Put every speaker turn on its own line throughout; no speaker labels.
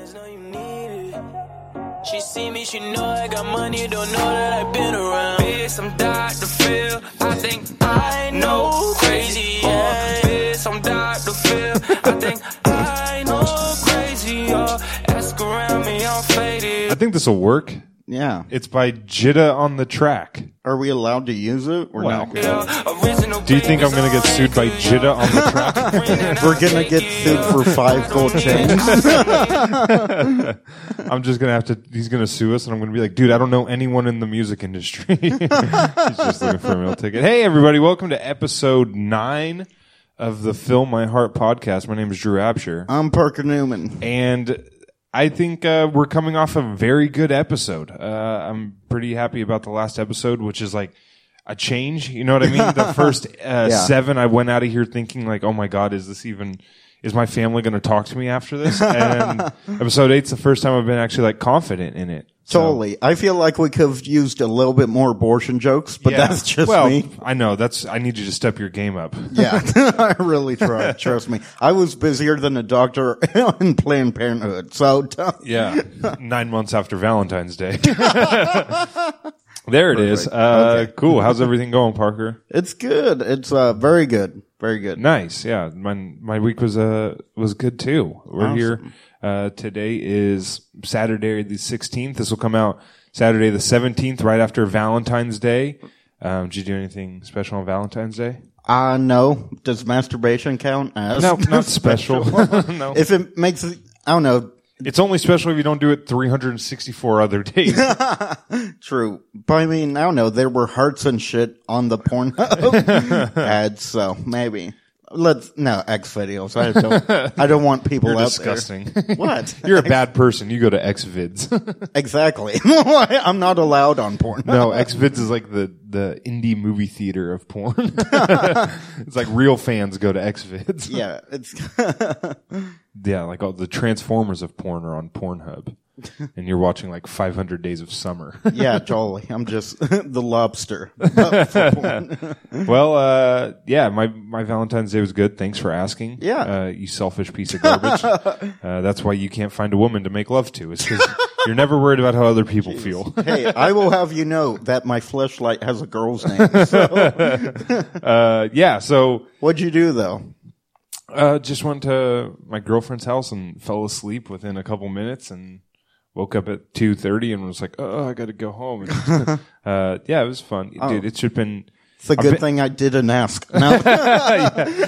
Just know you need it. She see me, she know I got money, don't know that I've been around.
Bitch, I'm Dr. Phil. I think I know crazy. Yeah. Bitch, I'm Dr. Phil. I think I know crazy. Yeah. Ask around me, I'm faded.
I think this will work.
Yeah.
It's by Jitta on the track.
Are we allowed to use it or
Well,
no?
Yeah. Original
Do you think I'm gonna get sued by Jitta on the track?
We're gonna get sued for five gold chains.
I'm just gonna have to. He's gonna sue us, and I'm gonna be like, dude, I don't know anyone in the music industry. he's just looking for a meal ticket. Hey, everybody, welcome to episode nine of the Fill My Heart podcast. My name is Drew Absher,
I'm Parker Newman.
and I think uh, we're coming off a very good episode. Uh, I'm pretty happy about the last episode, which is like a change. You know what I mean? The first uh, seven, I went out of here thinking like, oh my god, is this even? Is my family going to talk to me after this? And episode eight's the first time I've been actually like confident in it. So-
Totally. I feel like we could have used a little bit more abortion jokes, but
Yeah.
that's just
well,
me.
I know that's. I need you to step your game up.
Yeah, I really try. Trust me. I was busier than a doctor in Planned Parenthood. So don't-
Yeah, nine months after Valentine's Day. there it is.
Perfect.
Uh, Cool. How's everything going, Parker?
it's good. It's uh, very good. Very good.
Nice. Yeah. My my week was uh was good too. We're here. Uh, today is Saturday the 16th. This will come out Saturday the 17th, right after Valentine's Day. Um, did you do anything special on Valentine's Day?
Uh, no. Does masturbation count as?
No, not special. no.
If it makes, it- I don't know.
It's only special if you don't do it 364 other days.
True. But I mean, I don't know. There were hearts and shit on the Pornhub ads, so maybe. Let's, no, X videos. I don't, I don't want people out
Disgusting.
there. What?
You're a bad person. You go to XVids.
exactly. I'm not allowed on Pornhub.
no, XVids is like the, the indie movie theater of porn. it's like real fans go to XVids.
Yeah, it's,
Yeah, like all the Transformers of porn are on Pornhub, and you're watching like 500 Days of Summer.
yeah, totally. I'm just the lobster. But for porn.
well, uh, yeah, my my Valentine's Day was good. Thanks for asking.
Yeah.
uh, you selfish piece of garbage. uh, that's why you can't find a woman to make love to. It's because you're never worried about how other people feel.
hey, I will have you know that my fleshlight has a girl's name. So,
Uh, yeah, so
what'd you do though?
uh, just went to my girlfriend's house and fell asleep within a couple minutes and woke up at 2.30 and was like oh i gotta go home And, uh, yeah it was fun dude it should have been
It's a good thing I didn't ask. No,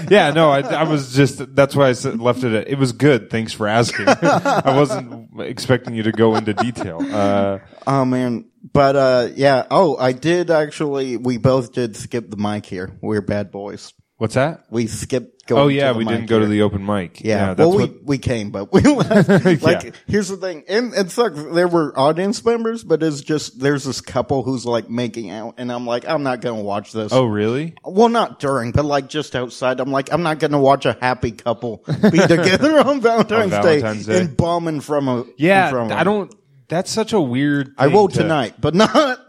yeah, no, I, I was just, that's why I said, left it at, it was good. Thanks for asking. I wasn't expecting you to go into detail. Uh,
oh man. But, uh, yeah. Oh, I did actually, we both did skip the mic here. We're bad boys.
what's that?
We skipped going
Oh yeah,
to the
we
mic
didn't go to
here.
the open mic.
Yeah.
that's
well, we,
what,
we came, but we left. like,
Yeah.
here's the thing. And it sucks. There were audience members, but it's just, there's this couple who's like making out and I'm like, I'm not going to watch this.
oh really?
Well, not during, but like just outside. I'm like, I'm not going to watch a happy couple be together on Valentine's,
Valentine's
Day
Day.
and bombing from a.
Yeah,
from
I don't, that's such a weird
I
thing
will
to-
tonight, but not.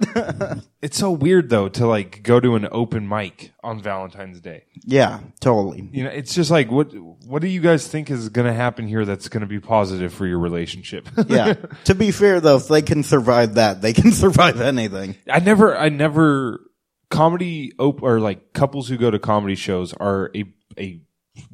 It's so weird though to like go to an open mic on Valentine's Day.
yeah, totally.
You know, it's just like what what do you guys think is going to happen here that's going to be positive for your relationship?
Yeah. to be fair, though, if they can survive that, they can survive anything.
I never, I never comedy op- or like couples who go to comedy shows are a a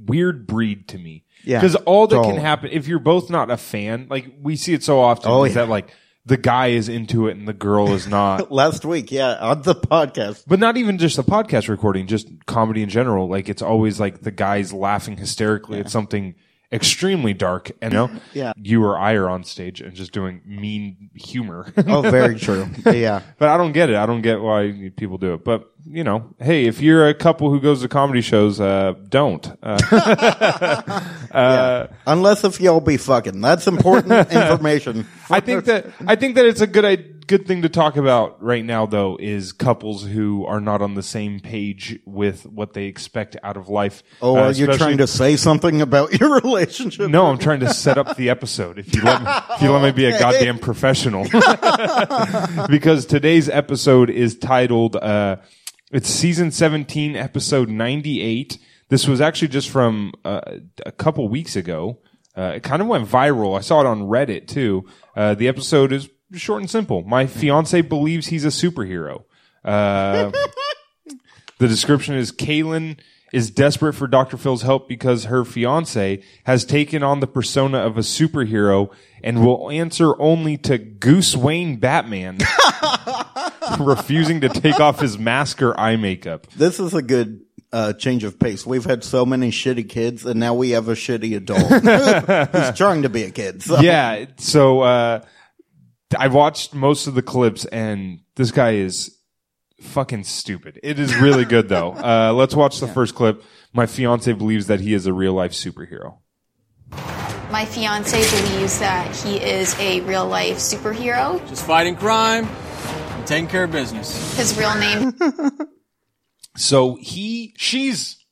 weird breed to me.
Yeah.
because all that
Totally.
can happen if you're both not a fan, like we see it so often,
Oh,
is
yeah.
that like the guy is into it and the girl is not.
Last week, yeah, on the podcast.
But not even just the podcast recording, just comedy in general. Like it's always like the guy's laughing hysterically at something extremely dark, and you know,
Yeah.
you or I are on stage and just doing mean humor.
Oh, very true. Yeah.
But I don't get it. I don't get why people do it. But you know, hey, if you're a couple who goes to comedy shows, uh, don't. Uh,
Unless if y'all be fucking. That's important information.
I think that I think that it's a good I- good thing to talk about right now, though, is couples who are not on the same page with what they expect out of life.
Oh,
Uh,
are you
especially-
trying to say something about your relationship?
No, I'm trying to set up the episode. If you let me, if you let me be a goddamn professional, because today's episode is titled uh, "It's Season 17, Episode 98." This was actually just from uh, a couple weeks ago. Uh, it kind of went viral. I saw it on Reddit too. Uh, the episode is short and simple. My fiance believes he's a superhero. Uh, the description is Kaylin is desperate for Dr. Phil's help because her fiance has taken on the persona of a superhero and will answer only to Goose Wayne Batman, refusing to take off his mask or eye makeup.
This is a good uh, change of pace. We've had so many shitty kids, and now we have a shitty adult who's trying to be a kid. So.
Yeah. So uh, I watched most of the clips, and this guy is fucking stupid. It is really good though. Uh, let's watch the first clip. My fiance believes that he is a real life superhero.
My fiance believes that he is a real life superhero.
Just fighting crime and taking care of business.
His real name
So he, she's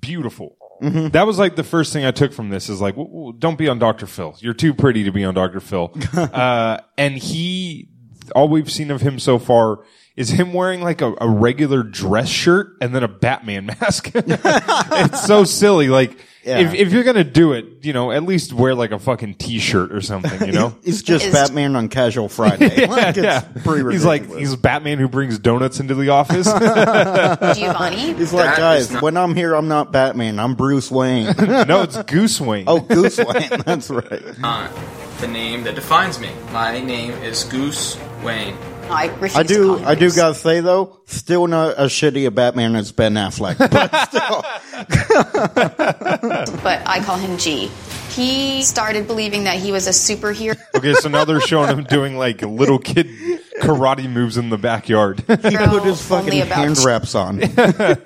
beautiful. That was like the first thing I took from this is like, w- w- don't be on Dr. Phil. You're too pretty to be on Dr. Phil. uh, and he, all we've seen of him so far is him wearing like a, a regular dress shirt and then a Batman mask. it's so silly. Like, if, if you're going to do it, you know, at least wear like a fucking t-shirt or something, you know?
He's just
Is-
Batman on Casual Friday. like, it's
yeah.
pretty
He's like,
ridiculous.
he's Batman who brings donuts into the office.
Giovanni.
He's like,
That
guys,
is not-
when I'm here, I'm not Batman. I'm Bruce Wayne.
no, it's Goose Wayne.
oh, Goose Wayne. That's right.
Not the name that defines me. My name is Goose Wayne.
I refuse
I
to
do,
call him
I do
Bruce.
gotta say though, still not as shitty a Batman as Ben Affleck. But still,
but I call him G. He started believing that he was a superhero.
Okay, so now they're showing him doing like little kid karate moves in the backyard.
he put his fucking
only about
hand wraps on.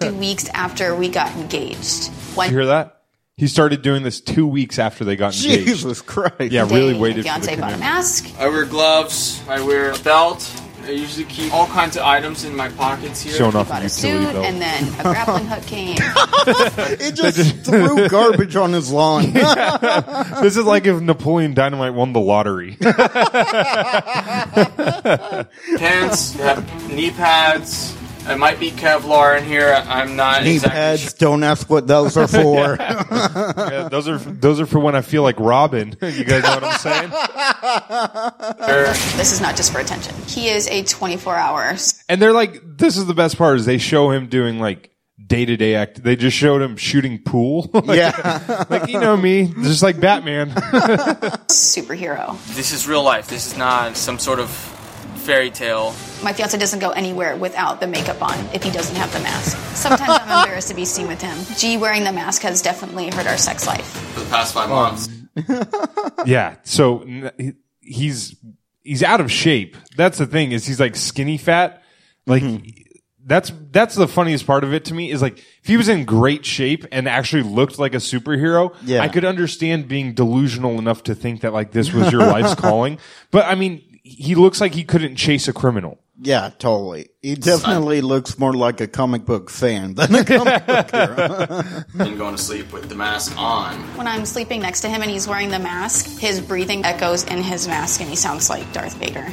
two weeks after we got engaged. One
you hear that? He started doing this two weeks after they got engaged.
Jesus Christ.
Yeah,
day,
really
my
waited for the
fiance bought a
commitment.
mask.
I wear gloves. I wear a belt. I usually keep all kinds of items in my pockets here.
Showing off
Bought
the
a suit,
utility belt.
and then a grappling hook came.
He just, threw garbage on his lawn.
this is like if Napoleon Dynamite won the lottery.
Pants. I have knee pads. I might be Kevlar in here. I'm not
Knee
exactly sure.
pads, don't ask what those are for.
Yeah, those are those are for when I feel like Robin. You guys know what I'm saying?
this is not just for attention. He is a 24 hour
And they're like, this is the best part is they show him doing like day to day act. They just showed him shooting pool. like,
yeah.
like, you know me, just like Batman.
superhero.
This is real life. This is not some sort of fairy tale.
My fiance doesn't go anywhere without the makeup on if he doesn't have the mask. Sometimes I'm embarrassed to be seen with him. G wearing the mask has definitely hurt our sex life.
For the past five months.
Yeah. So n- he- he's he's out of shape. That's the thing is he's like skinny fat. Like that's that's the funniest part of it to me is like if he was in great shape and actually looked like a superhero,
Yeah.
I could understand being delusional enough to think that like this was your life's calling. But I mean, he looks like he couldn't chase a criminal.
Yeah, totally. He definitely looks more like a comic book fan than a comic book hero.
Been going to sleep with the mask on.
When I'm sleeping next to him and he's wearing the mask, his breathing echoes in his mask and he sounds like Darth Vader.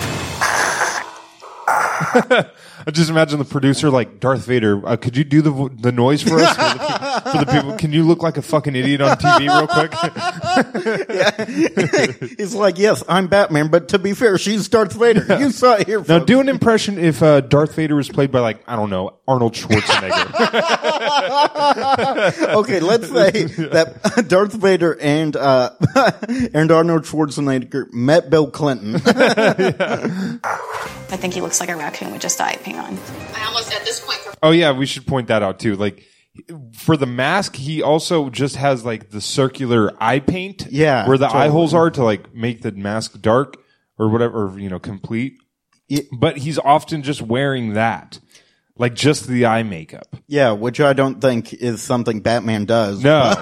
I just imagine the producer like Darth Vader. Uh, could you do the vo- the noise for us for the, pe- for the people? Can you look like a fucking idiot on TV real quick?
He's like, yes, I'm Batman, but to be fair, she's Darth Vader. You saw it here.
Now
folks.
do an impression if uh, Darth Vader was played by like I don't know Arnold Schwarzenegger.
okay, let's say that Darth Vader and uh, and Arnold Schwarzenegger met Bill Clinton.
I think he looks like a raccoon with just the eye paint on.
I almost at this point
oh yeah, we should point that out too. Like for the mask, he also just has like the circular eye paint,
Yeah,
where the eye
totally.
holes are to like make the mask dark or whatever, or, you know, complete.
Yeah.
But he's often just wearing that, like just the eye makeup.
yeah, which I don't think is something Batman does.
No,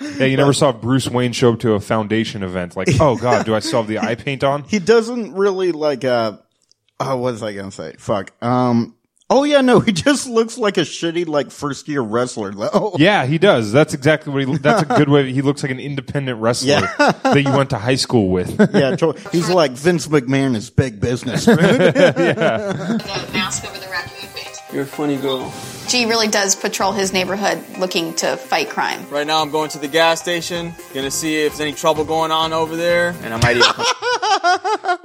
yeah, you never saw Bruce Wayne show up to a foundation event like, oh god, do I still have the eye paint on?
he doesn't really like. Uh, oh, what was I gonna say? Fuck. Um. Oh yeah, no, he just looks like a shitty like first year wrestler though.
Yeah, he does. That's exactly what he. That's a good way. He looks like an independent wrestler that you went to high school with.
Yeah, totally. he's like Vince McMahon is big business.
the mask over the raccoon face.
You're a funny girl.
G really does patrol his neighborhood looking to fight crime.
Right now, I'm going to the gas station. Gonna see if there's any trouble going on over there. And I might even.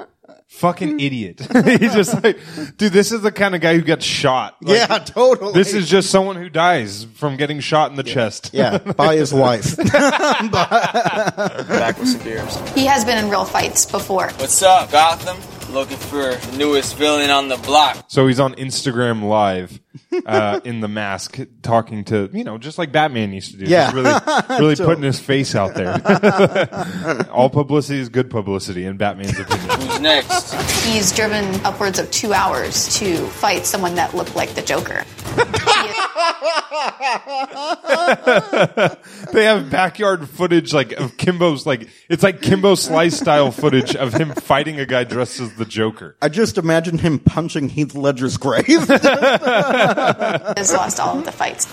Fucking idiot. He's just like, dude, this is the kind of guy who gets shot. Like,
yeah, totally.
This is just someone who dies from getting shot in the chest.
yeah by his wife.
back with some beers.
He has been in real fights before.
What's up, Gotham? Looking for the newest villain on the block.
So he's on Instagram Live uh, in the mask, talking to you know, just like Batman used to do.
Yeah.
Just really, really putting his face out there. All publicity is good publicity in Batman's opinion.
Who's next?
He's driven upwards of two hours to fight someone that looked like the Joker.
they have backyard footage like of Kimbo's like it's like Kimbo Slice style footage of him fighting a guy dressed as the Joker.
I just imagine him punching Heath Ledger's grave.
has lost all of the fights.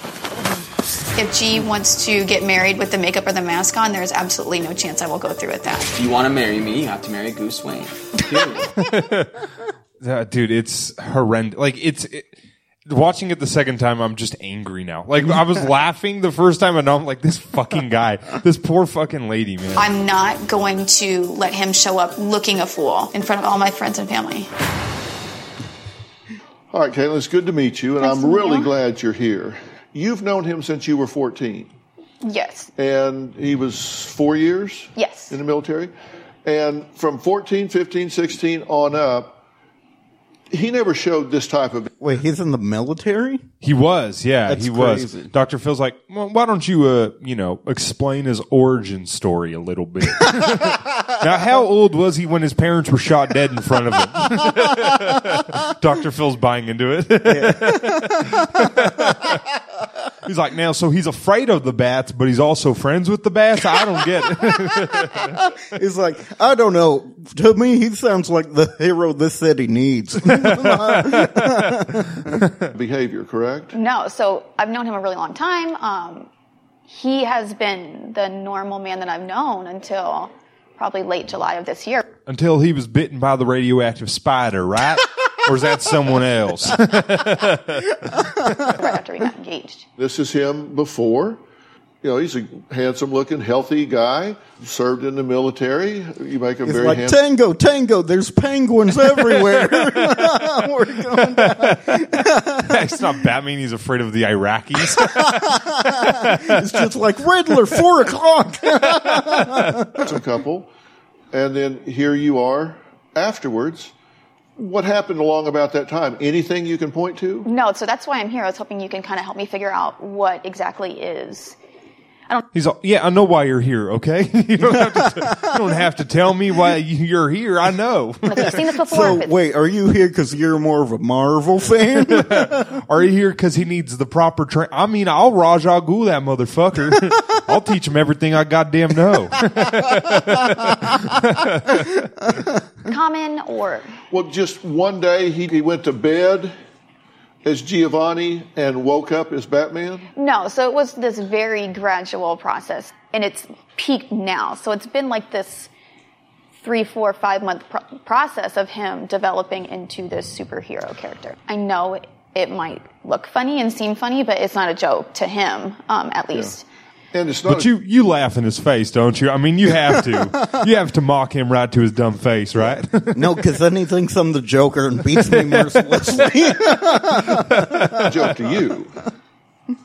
If G wants to get married with the makeup or the mask on, there's absolutely no chance I will go through with that.
If you want to marry me, you have to marry Goose Wayne.
Uh, dude, it's horrendous. Like it's it, watching it the second time, I'm just angry now. Like I was laughing the first time, and now I'm like, this fucking guy, this poor fucking lady, man.
I'm not going to let him show up looking a fool in front of all my friends and family.
All right, Caitlin, it's good to meet you, and
Nice to
I'm
meet
really
you.
glad you're here. You've known him since you were 14,
Yes.
and he was four years
Yes.
in the military. And from 14, 15, 16 on up, he never showed this type of.
Wait, he's in the military?
He was, yeah,
That's
he was.
crazy.
Dr. Phil's like, well, why don't you, uh, you know, explain his origin story a little bit? now, how old was he when his parents were shot dead in front of him? Dr. Phil's buying into it. he's like, now, so he's afraid of the bats, but he's also friends with the bats? I don't get it.
He's like, I don't know. To me, he sounds like the hero this city needs.
behavior, correct?
No, so I've known him a really long time. Um, he has been the normal man that I've known until probably late July of this year.
Until he was bitten by the radioactive spider, right? or is that someone else?
right after we got engaged.
This is him before. You know, he's a handsome looking, healthy guy, served in the military. You make him
He's
very
like,
handsome.
Tango, Tango, there's penguins everywhere. We're going down.
it's not Batman. He's afraid of the Iraqis.
It's just like Riddler, four o'clock.
a couple, and then here you are afterwards. What happened along about that time? Anything you can point to?
No, so that's why I'm here. I was hoping you can kind of help me figure out what exactly is.
He's all, yeah, I know why you're here, okay? you, don't have to t- you don't have to tell me why you- you're here. I know.
Like, I've seen this before.
so
but-
wait, are you here because you're more of a Marvel fan?
Are you here because he needs the proper train? I mean, I'll Rajah Ghul that motherfucker. I'll teach him everything I goddamn know.
common or
Well, just one day he, he went to bed as Giovanni and woke up as Batman.
no so it was this very gradual process and it's peaked now so it's been like this three four five month pro- process of him developing into this superhero character i know it might look funny and seem funny but it's not a joke to him um, at least
And it's not.
But you, you laugh in his face, don't you? I mean, you have to. You have to mock him right to his dumb face, right?
no, because then he thinks I'm the Joker and beats me mercilessly.
a joke to you.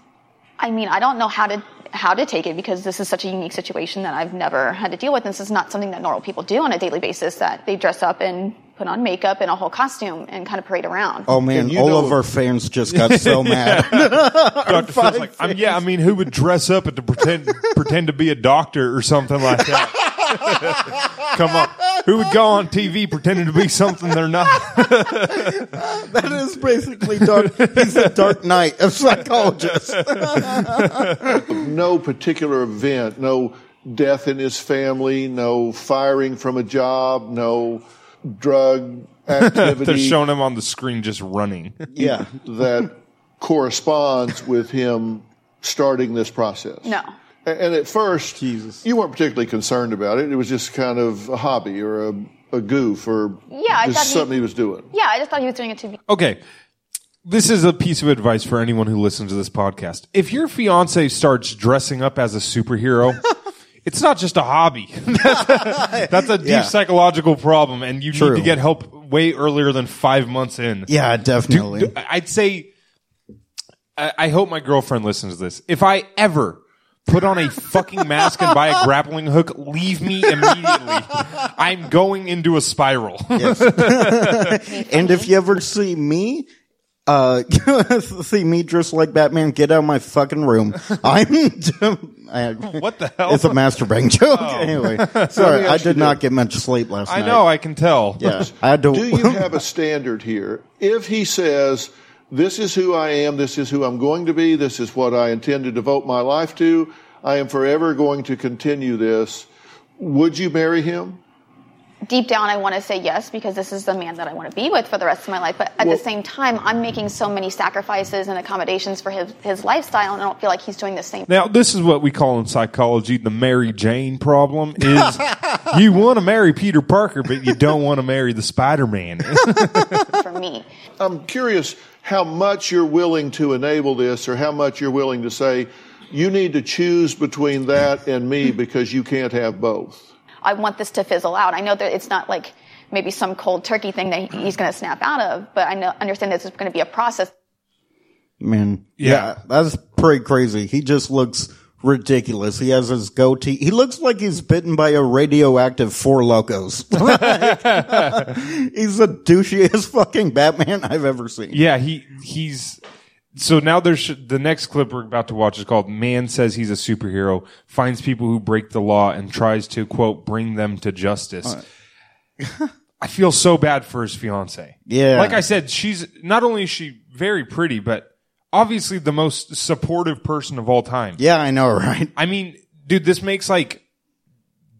I mean, I don't know how to how to take it because this is such a unique situation that I've never had to deal with. This is not something that normal people do on a daily basis. That they dress up and put on makeup and a whole costume and kind of parade around.
oh
And
man,
you
all
know-
of our fans just got so mad.
Dr. Phil's like, I'm, yeah, I mean, who would dress up and to pretend pretend to be a doctor or something like that? Come on. Who would go on TV pretending to be something they're not?
That is basically dark. He's the Dark Knight of psychologists.
No particular event, no death in his family, no firing from a job, no drug
They're
activity
showing him on the screen just running.
Yeah.
that corresponds with him starting this process.
no,
A- And at first,
Jesus.
you weren't particularly concerned about it. It was just kind of a hobby or a, a goof or
Yeah, I
just
thought he-
something he was doing.
yeah, I just thought he was doing it to be
Okay. this is a piece of advice for anyone who listens to this podcast. If your fiance starts dressing up as a superhero, it's not just a hobby. That's a deep
Yeah.
psychological problem, and you
True.
need to get help way earlier than five months in.
Yeah, definitely.
Do- I'd say, I, I hope my girlfriend listens to this. If I ever put on a fucking mask and buy a grappling hook, leave me immediately. I'm going into a spiral.
and if you ever see me, uh, see me dressed like Batman, get out of my fucking room. I'm. I,
what the hell? Oh.
It's a masturbating joke. Anyway, sorry, I
ask you
did not get much sleep last
I
night.
know, I can tell.
Yeah, I had to.
Do you have a standard here? If he says, This is who I am, this is who I'm going to be, this is what I intend to devote my life to, I am forever going to continue this, would you marry him?
deep down I want to say yes because this is the man that I want to be with for the rest of my life. But at
Well-
the same time, I'm making so many sacrifices and accommodations for his, his lifestyle, and I don't feel like he's doing the same.
Now, this is what we call in psychology the Mary Jane problem is you want to marry Peter Parker, but you don't want to marry the Spider-Man.
for me.
I'm curious how much you're willing to enable this or how much you're willing to say, You need to choose between that and me because you can't have both.
I want this to fizzle out. I know that it's not like maybe some cold turkey thing that he- he's going to snap out of, but I know, understand this is going to be a process.
Man,
Yeah.
yeah. that's pretty crazy. He just looks ridiculous. He has his goatee. He looks like he's bitten by a radioactive four locos. Like, he's the douchiest fucking Batman I've ever seen.
yeah, he he's so now there's the next clip we're about to watch is called Man Says He's a Superhero, finds people who break the law and tries to quote bring them to justice. I feel so bad for his fiance.
Yeah.
Like I said, she's not only is she very pretty, but obviously the most supportive person of all time.
Yeah, I know, right?
I mean, dude, this makes like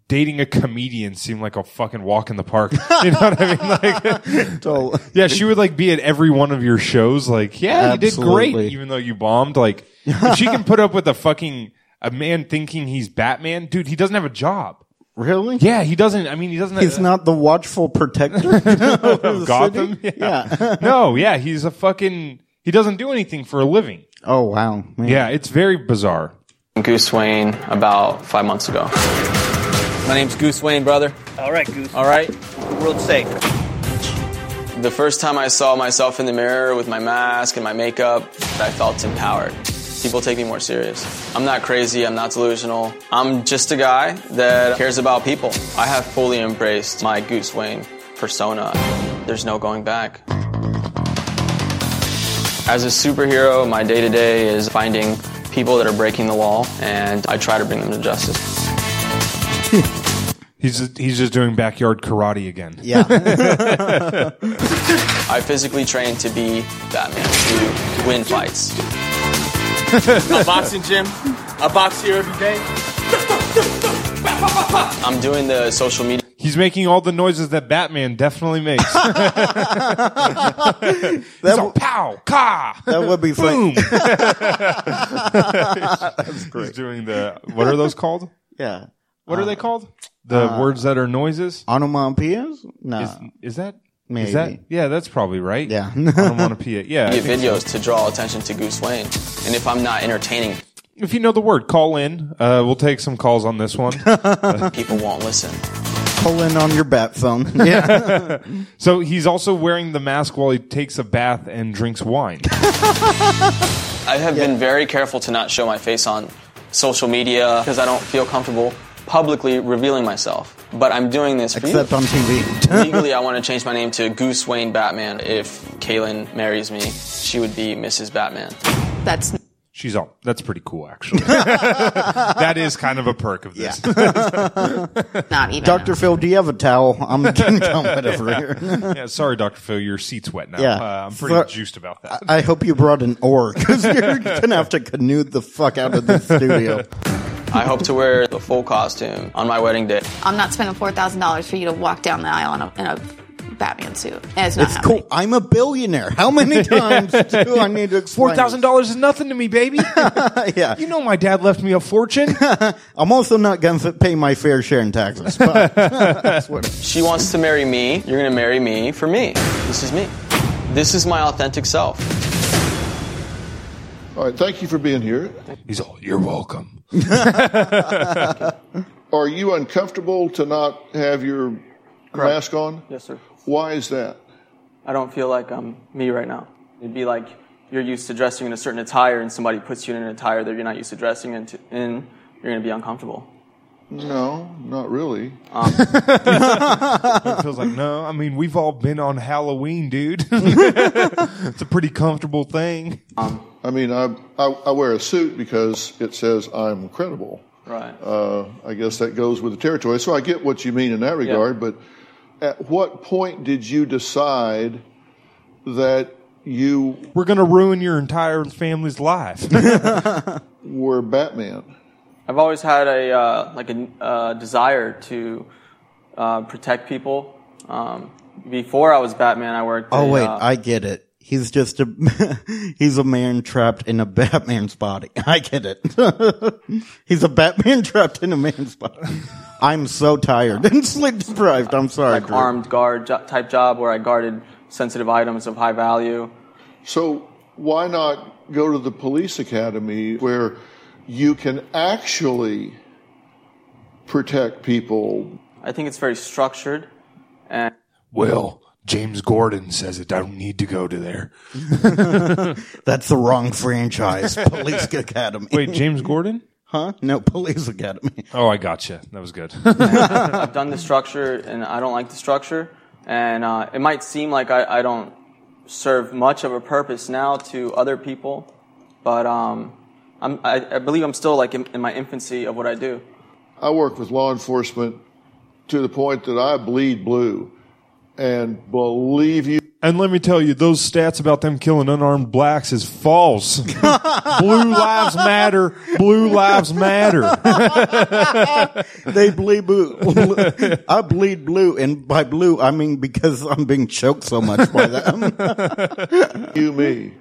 dating a comedian seem like a fucking walk in the park. You know what I mean? Like,
So,
yeah, she would like be at every one of your shows. Like, yeah, you did
Absolutely.
great, even though you bombed. Like, if she can put up with a fucking a man thinking he's Batman, dude. He doesn't have a job.
really?
Yeah, he doesn't. I mean, he doesn't.
He's not the watchful protector of the
Gotham?
city?
Yeah.
Yeah.
no, yeah, he's a fucking. He doesn't do anything for a living.
Oh, wow. Man.
Yeah, it's very bizarre.
Goose Wayne about five months ago.
My name's Goose Wayne, brother.
All right, Goose.
All right.
World safe.
The first time I saw myself in the mirror with my mask and my makeup, I felt empowered. People take me more serious. I'm not crazy, I'm not delusional. I'm just a guy that cares about people. I have fully embraced my Goose Wayne persona. There's no going back. As a superhero, my day to day is finding people that are breaking the law, and I try to bring them to justice.
He's he's just doing backyard karate again.
Yeah.
I physically train to be Batman, to win fights.
A boxing gym. I box here every day.
I'm doing the social media.
He's making all the noises that Batman definitely makes.
That,
So
w-
pow, ka.
that would be fun.
Boom. He's doing the what are those called?
Yeah.
What are
Uh,
they called? The words that are noises.
Onomatopoeias? No.
Is, is that is
uh, maybe.
that? Yeah, that's probably right.
Yeah.
Onomatopoeia. Yeah. I
Get
think-
videos to draw attention to Goose Wayne. And if I'm not entertaining,
If you know the word, call in. Uh, we'll take some calls on this one.
people won't listen.
Pull in on your bat phone. Yeah.
so he's also wearing the mask while he takes a bath and drinks wine.
I have been very careful to not show my face on social media because I don't feel comfortable publicly revealing myself. But I'm doing this for you.
Except on TV.
Legally, I want to change my name to Goose Wayne Batman. If Kaylin marries me, she would be Mrs. Batman.
That's
She's all. That's pretty cool, actually. that is kind of a perk of this.
not even.
Dr. Phil, do you have a towel? I'm getting helmet over here.
Yeah, sorry, Dr. Phil, your seat's wet now.
Yeah.
Uh, I'm pretty
So-
juiced about that.
I hope you brought an oar because you're gonna have to canoe the fuck out of the studio.
I hope to wear the full costume on my wedding day.
I'm not spending four thousand dollars for you to walk down the aisle in a, in a Batman suit. And it's not
It's
happening.
cool. I'm a billionaire. How many times do I need to explain?
Four thousand dollars is nothing to me, baby.
this? Yeah.
you know my dad left me a fortune.
I'm also not gonna pay my fair share in taxes. But that's what.
She wants to marry me. You're going to marry me for me. This is me. This is my authentic self.
All right, thank you for being here.
He's all, you're welcome.
Are you uncomfortable to not have your
Correct.
mask on?
Yes, sir.
Why is that?
I don't feel like I'm me right now. It'd be like you're used to dressing in a certain attire, and somebody puts you in an attire that you're not used to dressing in. in you're going to be uncomfortable.
No, not really.
It feels like, no, I mean, we've all been on Halloween, dude. it's a pretty comfortable thing.
I mean, I, I, I wear a suit because it says I'm credible.
Right.
Uh, I guess that goes with the territory. So I get what you mean in that regard, but at what point did you decide that you
We're going to ruin your entire family's life.
were Batman?
I've always had a uh, like a uh, desire to uh, protect people. Um, before I was Batman, I worked.
Oh
a,
wait,
uh,
I get it. He's just a he's a man trapped in a Batman's body. I get it. he's a Batman trapped in a man's body. I'm so tired and sleep deprived. I'm sorry.
like
Drew.
armed guard jo- type job where I guarded sensitive items of high value.
So why not go to the police academy where you can actually protect people?
I think it's very structured, and
well, James Gordon says it. I don't need to go to there.
That's the wrong franchise. Police Academy.
Wait, James Gordon?
huh? No, Police Academy.
Oh, I gotcha. That was good.
I've done the structure, and I don't like the structure. And uh, it might seem like I, I don't serve much of a purpose now to other people, but um, I'm, I, I believe I'm still like in, in my infancy of what I do.
I work with law enforcement to the point that I bleed blue. And believe you,
and let me tell you, those stats about them killing unarmed blacks is false. Blue lives matter. Blue lives matter.
They bleed blue. I bleed blue, and by blue I mean because I'm being choked so much by them.
you, me.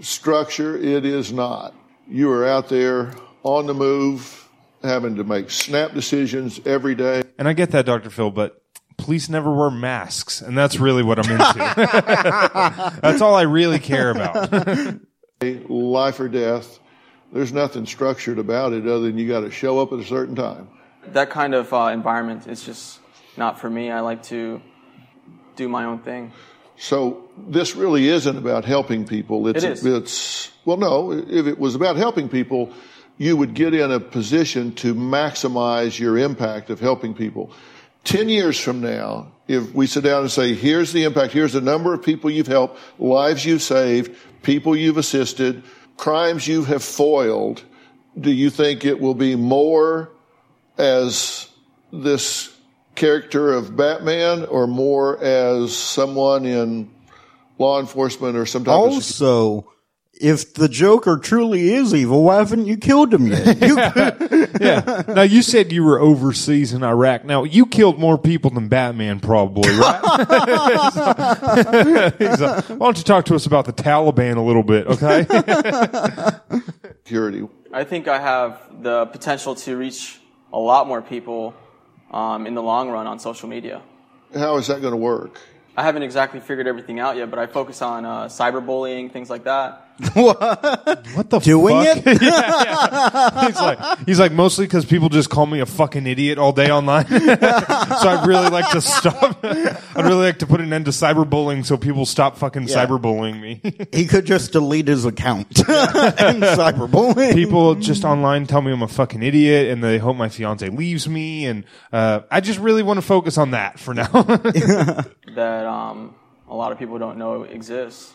Structure, it is not. You are out there on the move, having to make snap decisions every day.
And I get that, Dr. Phil, but police never wear masks. And that's really what I'm into. that's all I really care about.
life or death. There's nothing structured about it other than you got to show up at a certain time.
That kind of uh, environment is just not for me. I like to do my own thing.
So this really isn't about helping people. It's,
It is.
It's well, no. If it was about helping people, you would get in a position to maximize your impact of helping people. Ten years from now, if we sit down and say, "Here's the impact. Here's the number of people you've helped, lives you've saved, people you've assisted, crimes you have foiled," do you think it will be more as this character of Batman or more as someone in law enforcement or some type of sec-
Also, if the Joker truly is evil, why haven't you killed him yet? You
Yeah. Now, you said you were overseas in Iraq. Now, you killed more people than Batman, probably, right? He's like, Why don't you talk to us about the Taliban a little bit, okay?
security.
I think I have the potential to reach a lot more people um, in the long run on social media.
How is that going to work?
I haven't exactly figured everything out yet, but I focus on uh, cyberbullying, things like that.
what the
doing
fuck?
it?
He's like, he's like mostly because people just call me a fucking idiot all day online. so I'd really like to stop. I'd really like to put an end to cyberbullying so people stop fucking cyberbullying me.
He could just delete his account and cyberbullying.
people just online tell me I'm a fucking idiot and they hope my fiance leaves me. And uh, I just really want to focus on that for now.
that um, a lot of people don't know exists.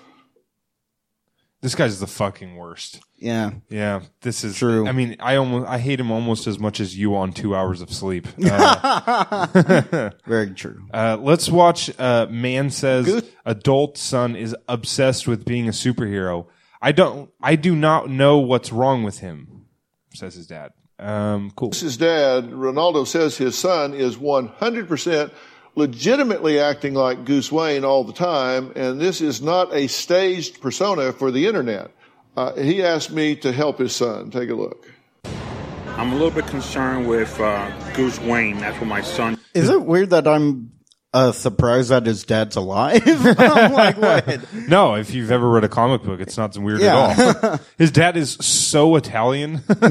this guy's the fucking worst.
Yeah.
Yeah, this is
True.
I mean, I almost I hate him almost as much as you on two hours of sleep. Uh,
Very true.
uh, let's watch. Uh, Man says adult son is obsessed with being a superhero. I don't. I do not know what's wrong with him. Says his dad. Um, cool.
This is dad. Ronaldo says his son is 100% legitimately acting like Goose Wayne all the time, and this is not a staged persona for the internet. Uh, he asked me to help his son. Take a look.
I'm a little bit concerned with uh, Goose Wayne. That's what my son
Is it weird that I'm uh, surprised that his dad's alive. I'm like, what?
No, if you've ever read a comic book, it's not weird
Yeah.
at all. His dad is so Italian.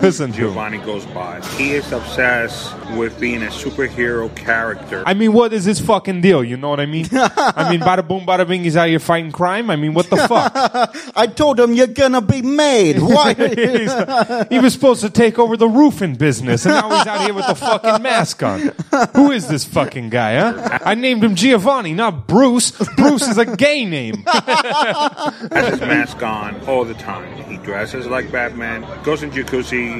Listen to him.
Giovanni goes by. He is obsessed with being a superhero character.
I mean, what is his fucking deal? You know what I mean? I mean, bada boom, bada bing, he's out here fighting crime. I mean, what the fuck?
I told him you're gonna be made. Why?
He's- he was supposed to take over the roofing business, and now he's out here with the fucking mask on. Who is this fucking guy, huh? I named him Giovanni, not Bruce. Bruce is a gay name.
has his mask on all the time. He dresses like Batman, goes in jacuzzi.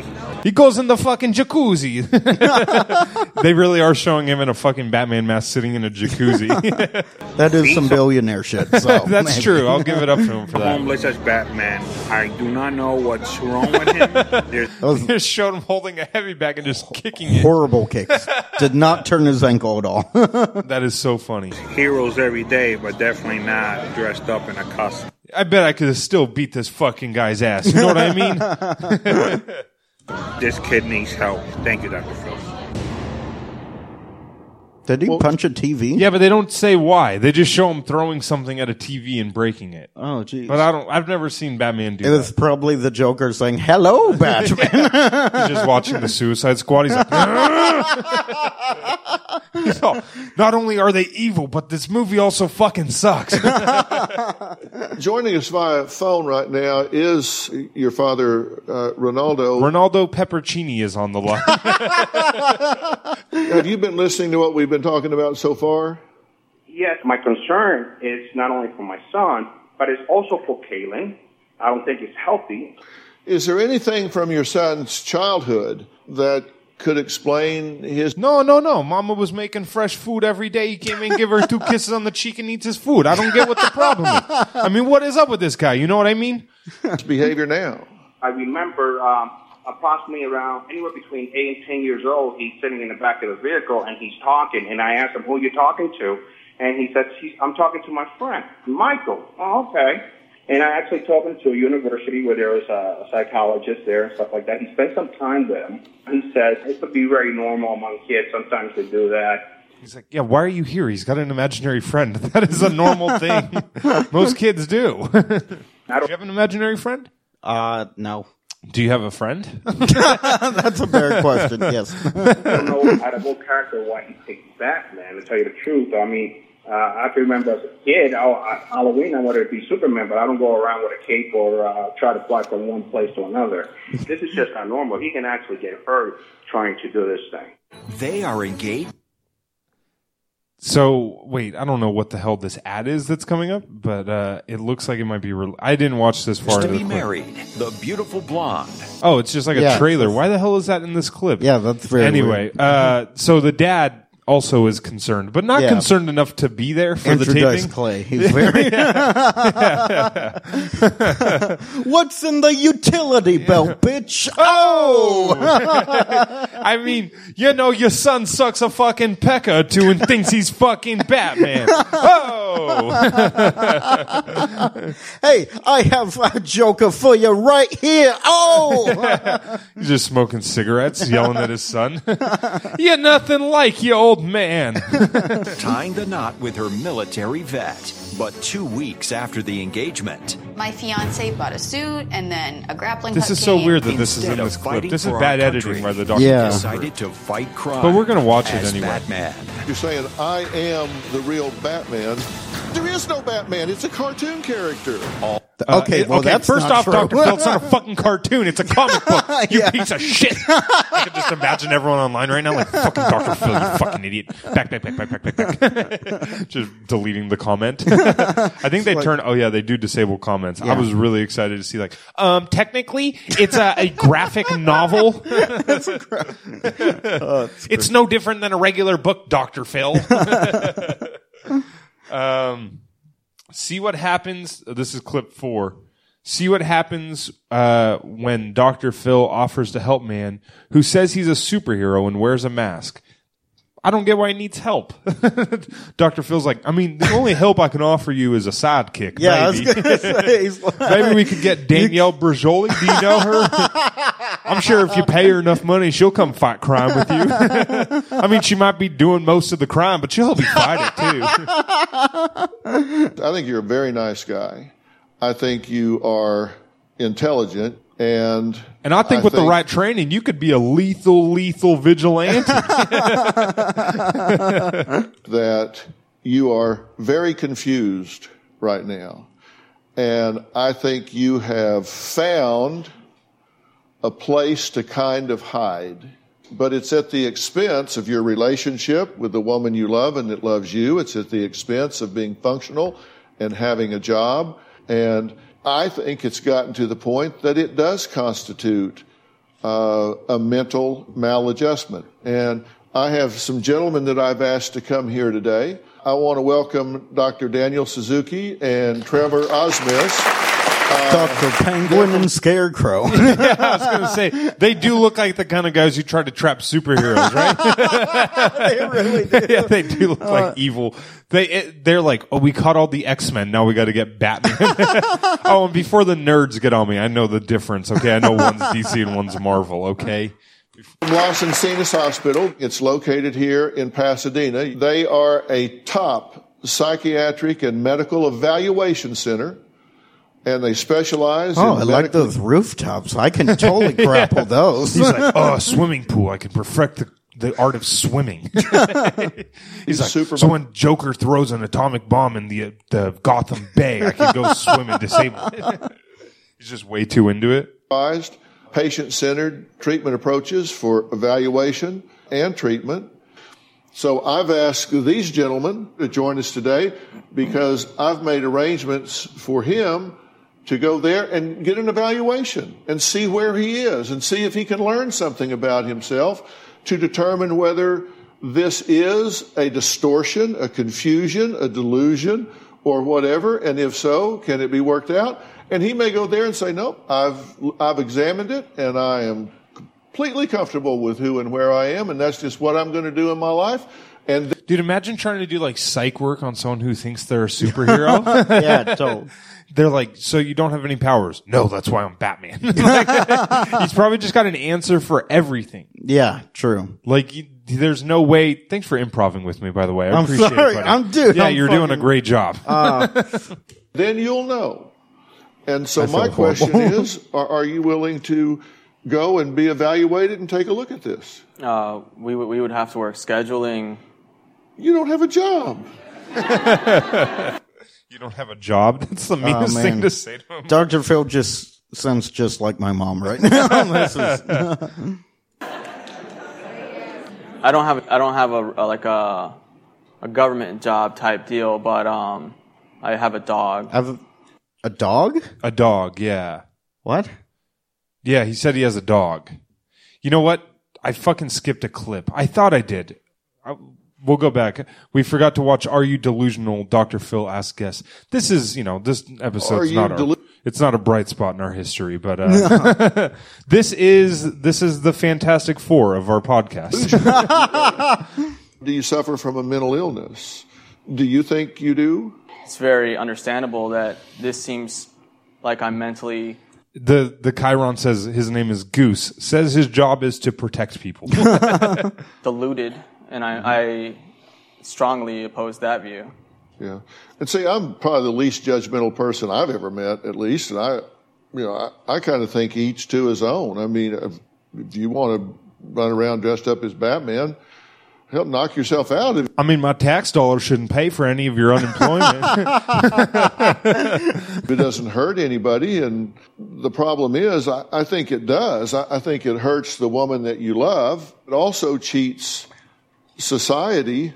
He goes in the fucking jacuzzi. they really are showing him in a fucking Batman mask sitting in a jacuzzi.
that is some billionaire shit. So
That's
maybe.
true. I'll give it up to him for that.
Homeless as Batman. I do not know what's wrong with him. There's
Just showed him holding a heavy bag and just kicking it.
Horrible kicks. Did not turn his ankle at all.
That is so funny.
heroes every day, but definitely not dressed up in a costume.
I bet I could have still beat this fucking guy's ass. You know what I mean?
This kid needs help. Thank you, Dr. Phil.
Did he punch a TV?
yeah, but they don't say why. They just show him throwing something at a TV and breaking it.
Oh, geez.
But I don't. I've never seen Batman do
It was
that.
probably the Joker saying, "Hello, Batman."
He's just watching the Suicide Squad. He's like, He's all, not only are they evil, but this movie also fucking sucks.
Joining us via phone right now is your father, uh, Ronaldo.
Ronaldo Peppercini is on the line.
Have you been listening to what we've been talking about so far?
Yes, my concern is not only for my son, but it's also for Kalen. I don't think it's healthy.
Is there anything from your son's childhood that could explain his?
no, no, no. Mama was making fresh food every day. He came in, give her two kisses on the cheek, and eats his food. I don't get what the problem is. I mean, what is up with this guy? You know what I mean?
behavior now.
I remember um, approximately around anywhere between 8 and 10 years old, he's sitting in the back of the vehicle and he's talking. And I asked him, who you talking to? And he said, "She's- I'm talking to my friend, Michael. Oh, okay. And I actually took him to a university where there was a psychologist there and stuff like that. He spent some time with him. He says, it could be very normal among kids. Sometimes they do that.
He's like, yeah. Why are you here? He's got an imaginary friend. That is a normal thing. Most kids do. do you have an imaginary friend?
Uh, no.
Do you have a friend?
That's a fair question. Yes.
I don't know out of what character why he picked Batman. To tell you the truth, I mean, uh, I can remember as a kid, I, I, Halloween, I wanted to be Superman, but I don't go around with a cape or uh, try to fly from one place to another. this is just not normal. He can actually get hurt trying to do this thing.
They are engaged.
So wait, I don't know what the hell this ad is that's coming up, but uh, it looks like it might be. Re- I didn't watch this far.
to
into
be
the clip.
married. The beautiful blonde.
Oh, it's just like a
Yeah.
trailer. Why the hell is that in this clip?
Yeah, that's very
Anyway,
weird. Mm-hmm.
uh, so the dad also is concerned, but not
Yeah.
concerned enough to be there for the
Introduce
taping.
Clay. He's very. What's in the utility belt, bitch? Oh,
I mean, you know, your son sucks a fucking pecker or two and thinks he's fucking Batman. Oh,
hey, I have a Joker for you right here. Oh,
he's just smoking cigarettes, yelling at his son. You're nothing like your old man.
Tying the knot with her military vet. But two weeks after the engagement,
My fiance bought a suit and then a grappling
This
hook
is so
came.
weird that this is in
Instead of
this clip.
fighting
This is
for
bad
our
editing
country,
by the Dr.
Yeah.
decided to fight crime.
But we're gonna watch it
as
anyway.
Batman.
You're saying I am the real Batman. There is no Batman. It's a cartoon character.
Uh,
okay.
it-
Well, that's
first
not
off,
true.
Doctor Phil, it's not a fucking cartoon; it's a comic book. You piece of shit! I can just imagine everyone online right now, like fucking Doctor Phil, you fucking idiot! Back, back, back, back, back, back, back. just deleting the comment. I think they turn. Oh yeah, they do disable comments. I was really excited to see like, um, technically, it's a, a graphic novel. it's no different than a regular book, Doctor Phil. Um, see what happens. This is clip four. See what happens uh, when Dr. Phil offers to help man who says he's a superhero and wears a mask. I don't get why he needs help. Dr. Phil's like, I mean, the only help I can offer you is a sidekick.
Yeah, I was
maybe.
gonna say, he's like-
Maybe we could get Danielle Brajoli. Do you know her? I'm sure if you pay her enough money, she'll come fight crime with you. I mean, she might be doing most of the crime, but she'll help you fight it too.
I think you're a very nice guy. I think you are intelligent and
And I think with the right training, you could be a lethal, lethal vigilante.
that you are very confused right now. And I think you have found a place to kind of hide, but it's at the expense of your relationship with the woman you love and that loves you. It's at the expense of being functional and having a job. And I think it's gotten to the point that it does constitute uh, a mental maladjustment. And I have some gentlemen that I've asked to come here today. I want to welcome Dr. Daniel Suzuki and Trevor Osmus. Uh,
Dr. Penguin and Scarecrow.
I was going to say, they do look like the kind of guys who try to trap superheroes, right?
they really do.
yeah, they do look like evil. They it, they're like, oh, we caught all the X Men. Now we got to get Batman. oh, and before the nerds get on me, I know the difference. Okay, I know one's DC and one's Marvel. Okay,
Los Encinas Hospital. It's located here in Pasadena. They are a top psychiatric and medical evaluation center, and they specialize
Oh,
in
I like
medical-
those rooftops. I can totally grapple those.
he's like, oh, a swimming pool. I could perfect the. The art of swimming. He's like,
Superman.
so when Joker throws an atomic bomb in the the Gotham Bay, I can go swim and disable it. He's just way too into it.
advised patient-centered treatment approaches for evaluation and treatment. So I've asked these gentlemen to join us today because I've made arrangements for him to go there and get an evaluation and see where he is and see if he can learn something about himself to determine whether this is a distortion, a confusion, a delusion, or whatever. And if so, can it be worked out? And he may go there and say, nope, I've, I've examined it and I am completely comfortable with who and where I am, and that's just what I'm going to do in my life. And th-
Dude, imagine trying to do like psych work on someone who thinks they're a superhero.
yeah, totally.
they're like, so you don't have any powers? No, that's why I'm Batman. Like, he's probably just got an answer for everything.
Yeah, true.
Like, you, there's no way. Thanks for improving with me, by the way. I
I'm
appreciate
sorry.
it. buddy.
I'm- dude,
Yeah,
I'm
you're doing a
fucking-
great job.
then you'll know. And so
feel
my
horrible.
question is, are, are you willing to go and be evaluated and take a look at this?
Uh, we, would- we would have to work scheduling.
You don't have a job.
you don't have a job. That's the meanest
Oh, man.
thing to say to him.
Dr. Phil just sounds just like my mom right now. This is-
I don't have I don't have a, a like a a government job type deal, but um, I have a dog.
I've a dog?
A dog. Yeah.
What?
Yeah. He said he has a dog. You know what? I fucking skipped a clip. I thought I did. I, we'll go back. We forgot to watch Are You Delusional? Dr. Phil asks guests. This is, you know, this
Are
episode's
You
not our,
Delu-
it's not a bright spot in our history, but uh, this is this is the Fantastic Four of our podcast.
Do you suffer from a mental illness? Do you think you do?
It's very understandable that this seems like I'm mentally
the the Chiron says his name is Goose. Says his job is to protect people.
deluded, and I, I strongly oppose that view.
Yeah. And see, I'm probably the least judgmental person I've ever met, at least. And I, you know, I, I kind of think each to his own. I mean, if, if you want to run around dressed up as Batman, help knock yourself out. If
I mean, my tax dollar shouldn't pay for any of your unemployment.
it doesn't hurt anybody. And the problem is, I, I think it does. I, I think it hurts the woman that you love. It also cheats society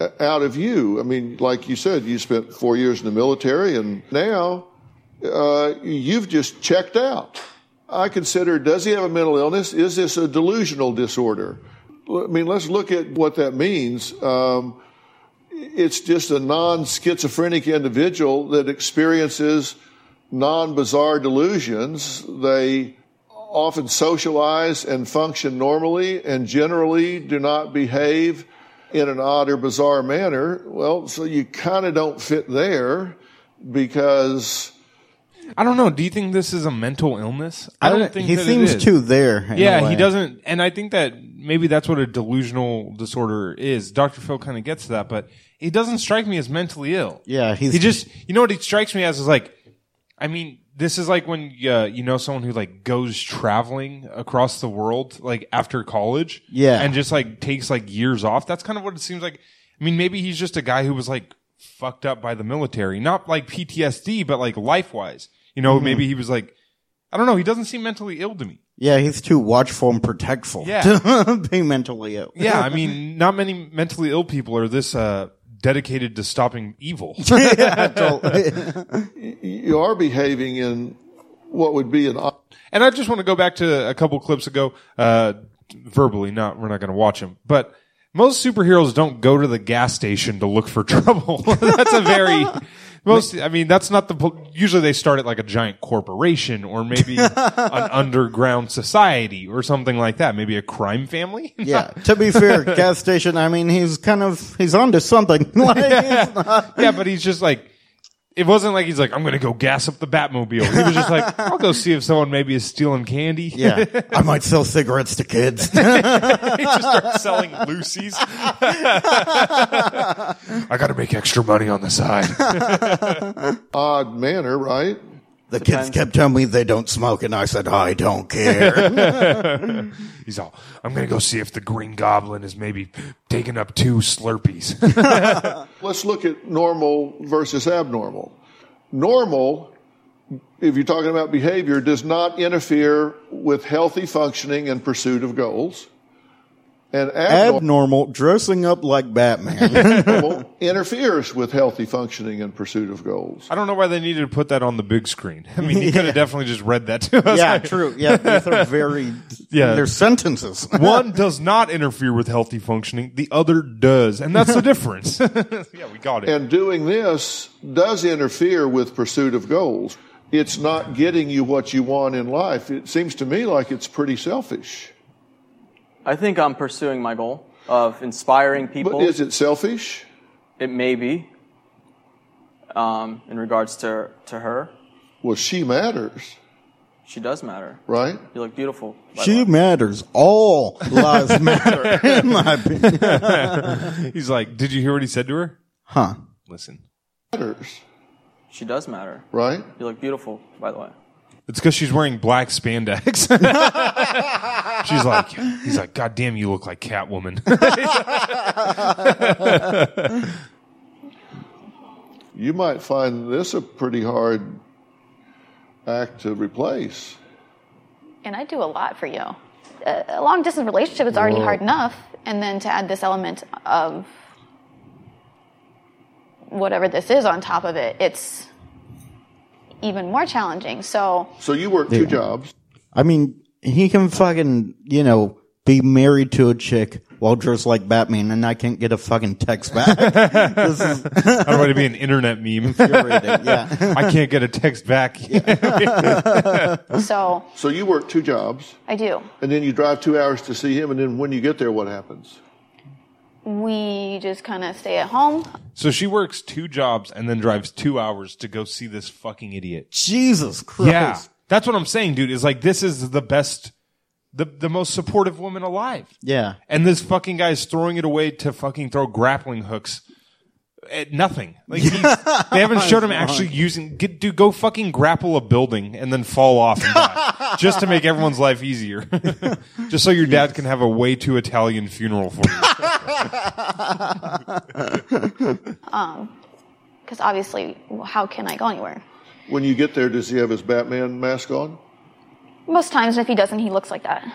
uh, out of you. I mean, like you said, you spent four years in the military and now uh, you've just checked out. I consider does he have a mental illness? Is this a delusional disorder? L- I mean, let's look at what that means. Um, it's just a non schizophrenic individual that experiences non bizarre delusions. They often socialize and function normally and generally do not behave in an odd or bizarre manner, well, so you kind of don't fit there because
I don't know. Do you think this is a mental illness? I don't, think
he
that it
seems
is.
too there. in a
Yeah,
way.
he doesn't, and I think that maybe that's what a delusional disorder is. Doctor Phil kind of gets to that, but he doesn't strike me as mentally ill.
Yeah, he's-
he just you know what he strikes me as is like, I mean, this is like when uh, you know someone who like goes traveling across the world like after college,
Yeah.
and just like takes like years off. That's kind of what it seems like. I mean, maybe he's just a guy who was like fucked up by the military, not like PTSD, but like life wise. You
Mm-hmm.
know, maybe he was like. I don't know. He doesn't seem mentally ill to me.
Yeah, he's too watchful and protectful
Yeah.
to be mentally ill.
Yeah, I mean, not many mentally ill people are this uh, dedicated to stopping evil.
you are behaving in what would be an odd
and I just want to go back to a couple clips ago, uh, verbally. Not we're not going to watch them, but most superheroes don't go to the gas station to look for trouble. that's a very most. I mean, that's not the. pol- Usually, they start at like a giant corporation or maybe an underground society or something like that. Maybe a crime family.
Yeah. To be fair, gas station. I mean, he's kind of he's onto something. Like, he's not-
yeah, but he's just like, it wasn't like he's like, I'm gonna go gas up the Batmobile. He was just like, I'll go see if someone maybe is stealing candy.
yeah. I might sell cigarettes to kids.
he just starts selling Lucy's. I gotta make extra money on the side.
odd manner, right?
The kids kept telling me they don't smoke, and I said I don't care.
He's all, I'm gonna go see if the Green Goblin is maybe taking up two Slurpees.
Let's look at normal versus abnormal. Normal, if you're talking about behavior, does not interfere with healthy functioning and pursuit of goals. And abnormal
Abnormal dressing up like Batman.
interferes with healthy functioning and pursuit of goals.
I don't know why they needed to put that on the big screen. I mean, he could have definitely just read that to us.
yeah, true. Yeah, these are very.
Yeah.
they're sentences.
One does not interfere with healthy functioning, the other does. And that's the difference. yeah, we got it.
And doing this does interfere with pursuit of goals. It's not getting you what you want in life. It seems to me like it's pretty selfish.
I think I'm pursuing my goal of inspiring people.
But is it selfish?
It may be. Um, in regards to to her,
Well, she matters,
she does matter.
right?
You look beautiful. by the
She
way.
matters. All lives matter, in my opinion.
He's like, did you hear what he said to her?
Huh.
Listen.
Matters,
She does matter.
right?
You look beautiful, by the way.
It's because she's wearing black spandex. she's like, he's like, God damn, you look like Catwoman.
You might find this a pretty hard act to replace.
and I do a lot for you. A a long distance relationship is already hard enough, and then to add this element of whatever this is on top of it, it's even more challenging. So
So you work two jobs.
I mean, he can fucking, you know, be married to a chick while dressed like Batman, and I can't get a fucking text back. this is
I don't want to be an internet meme.
infuriating. Yeah.
I can't get a text back.
so
So you work two jobs,
I do.
and then you drive two hours to see him, and then when you get there, what happens?
We just kind of stay at home.
so she works two jobs and then drives two hours to go see this fucking idiot.
Jesus Christ.
Yeah. That's what I'm saying, dude. Is like, this is the best, the, the most supportive woman alive.
Yeah.
And this fucking guy is throwing it away to fucking throw grappling hooks at nothing. Like he's, they haven't showed him actually using. Get, dude, go fucking grapple a building and then fall off and die, just to make everyone's life easier. just so your dad can have a way too Italian funeral for you.
Because obviously, how can I go anywhere?
When you get there, does he have his Batman mask on?
Most times, if he doesn't, he looks like that.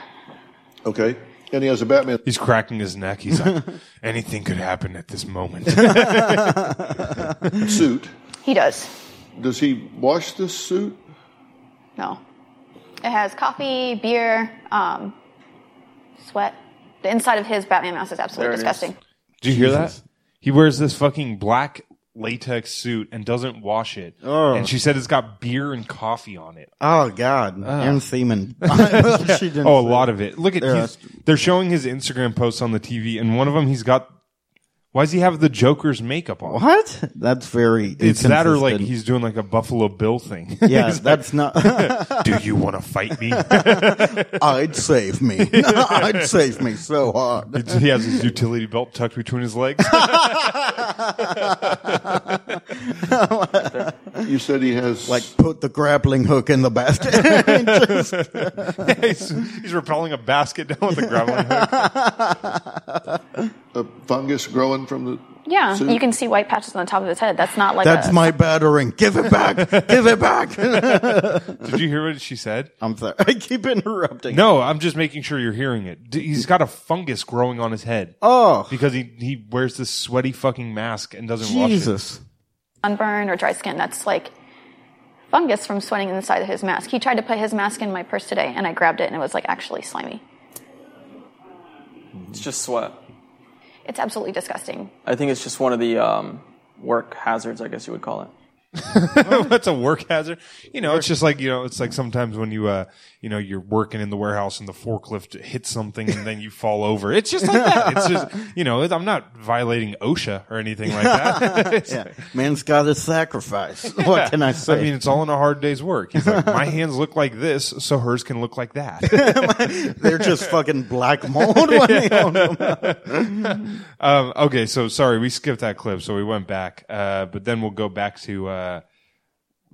Okay. And he has a Batman.
He's cracking his neck. He's like, anything could happen at this moment.
suit.
He does.
Does he wash this suit?
No. It has coffee, beer, um, sweat. The inside of his Batman mask is absolutely
There it is.
disgusting.
Do you hear that? He wears this fucking black latex suit and doesn't wash it.
Oh.
And she said it's got beer and coffee on it.
Oh, God. and semen. she didn't
Oh, a
say.
lot of it. Look at
Yeah.
he's, they're showing his Instagram posts on the TV, and one of them he's got Why does he have the Joker's makeup on?
What? That's very.
It's that or like
inconsistent.
he's doing like a Buffalo Bill thing.
Yeah, that's not.
Do you want to fight me?
I'd save me. I'd save me so hard.
he has his utility belt tucked between his legs.
You said he has
Like put the grappling hook in the basket.
he's, he's repelling a basket down with a grappling hook.
a fungus growing from the.
Yeah,
suit?
you can see white patches on the top of his head. That's not like
That's
a,
my battering. Give it back. Give it back.
Did you hear what she said?
I'm sorry. I keep interrupting.
No, I'm just making sure you're hearing it. D- He's got a fungus growing on his head.
Oh.
Because he, he wears this sweaty fucking mask and doesn't wash it.
Jesus.
sunburn or dry skin. That's like fungus from sweating inside of his mask. He tried to put his mask in my purse today, and I grabbed it, and it was like actually slimy.
It's just sweat.
It's absolutely disgusting.
I think it's just one of the um, work hazards, I guess you would call it.
That's a work hazard. You know, it's just like, you know, it's like sometimes when you, uh, you know, you're working in the warehouse and the forklift hits something and then you fall over. It's just like that. It's just, you know, I'm not violating OSHA or anything like that. It's-
Yeah. Man's got to sacrifice. What can I say?
I mean, it's all in a hard day's work. He's like, my hands look like this, so hers can look like that.
They're just fucking black mold when they own them.
Um, okay, so sorry, we skipped that clip, so we went back. Uh, but then we'll go back to uh,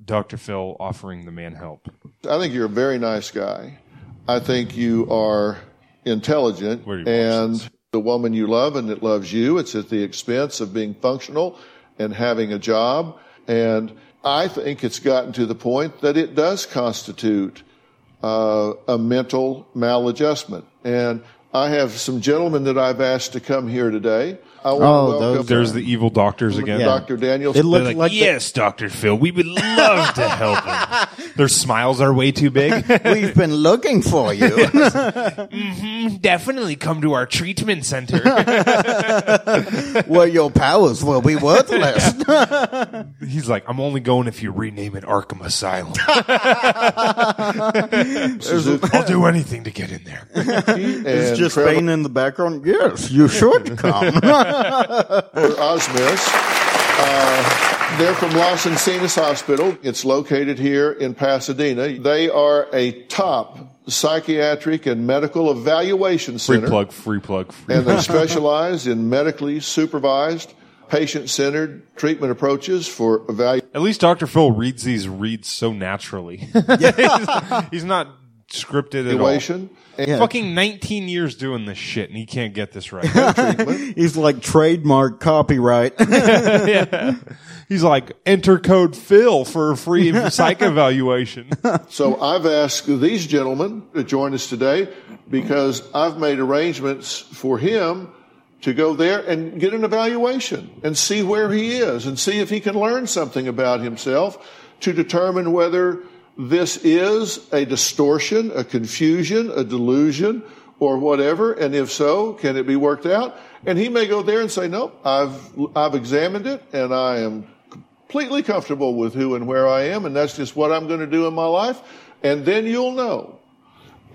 Dr. Phil offering the man help.
I think you're a very nice guy. I think you are intelligent
Where are your
and the woman you love and that loves you. It's at the expense of being functional and having a job. And I think it's gotten to the point that it does constitute uh, a mental maladjustment. And I have some gentlemen that I've asked to come here today. I want
Oh,
to
those-
welcome
There's the evil doctors again.
Yeah.
Dr. Daniels.
It looked
They're like,
like,
yes, Dr. Phil, we would love to help him. Their smiles are way too big.
the- we've been looking for you.
Definitely come to our treatment center.
well, your powers will be worthless.
He's like, I'm only going if you rename it Arkham Asylum. I'll do anything to get in there.
It's
and
just
Trevor
Bane in the background. Yes, you should come.
Osmus. Uh, they're from Los Encinas Hospital. It's located here in Pasadena. They are a top psychiatric and medical evaluation
Free
center,
plug, free plug, free
and they specialize in medically supervised, patient-centered treatment approaches for evaluation.
At least Dr. Phil reads these reads so naturally. he's, he's not scripted at all.
Yeah.
Fucking 19 years doing this shit and he can't get this right.
He's like trademark copyright.
He's like, enter code Phil for a free psych evaluation.
So I've asked these gentlemen to join us today because I've made arrangements for him to go there and get an evaluation and see where he is and see if he can learn something about himself to determine whether this is a distortion, a confusion, a delusion, or whatever. And if so, can it be worked out? And he may go there and say, nope, I've, I've examined it and I am completely comfortable with who and where I am, and that's just what I'm going to do in my life, and then you'll know.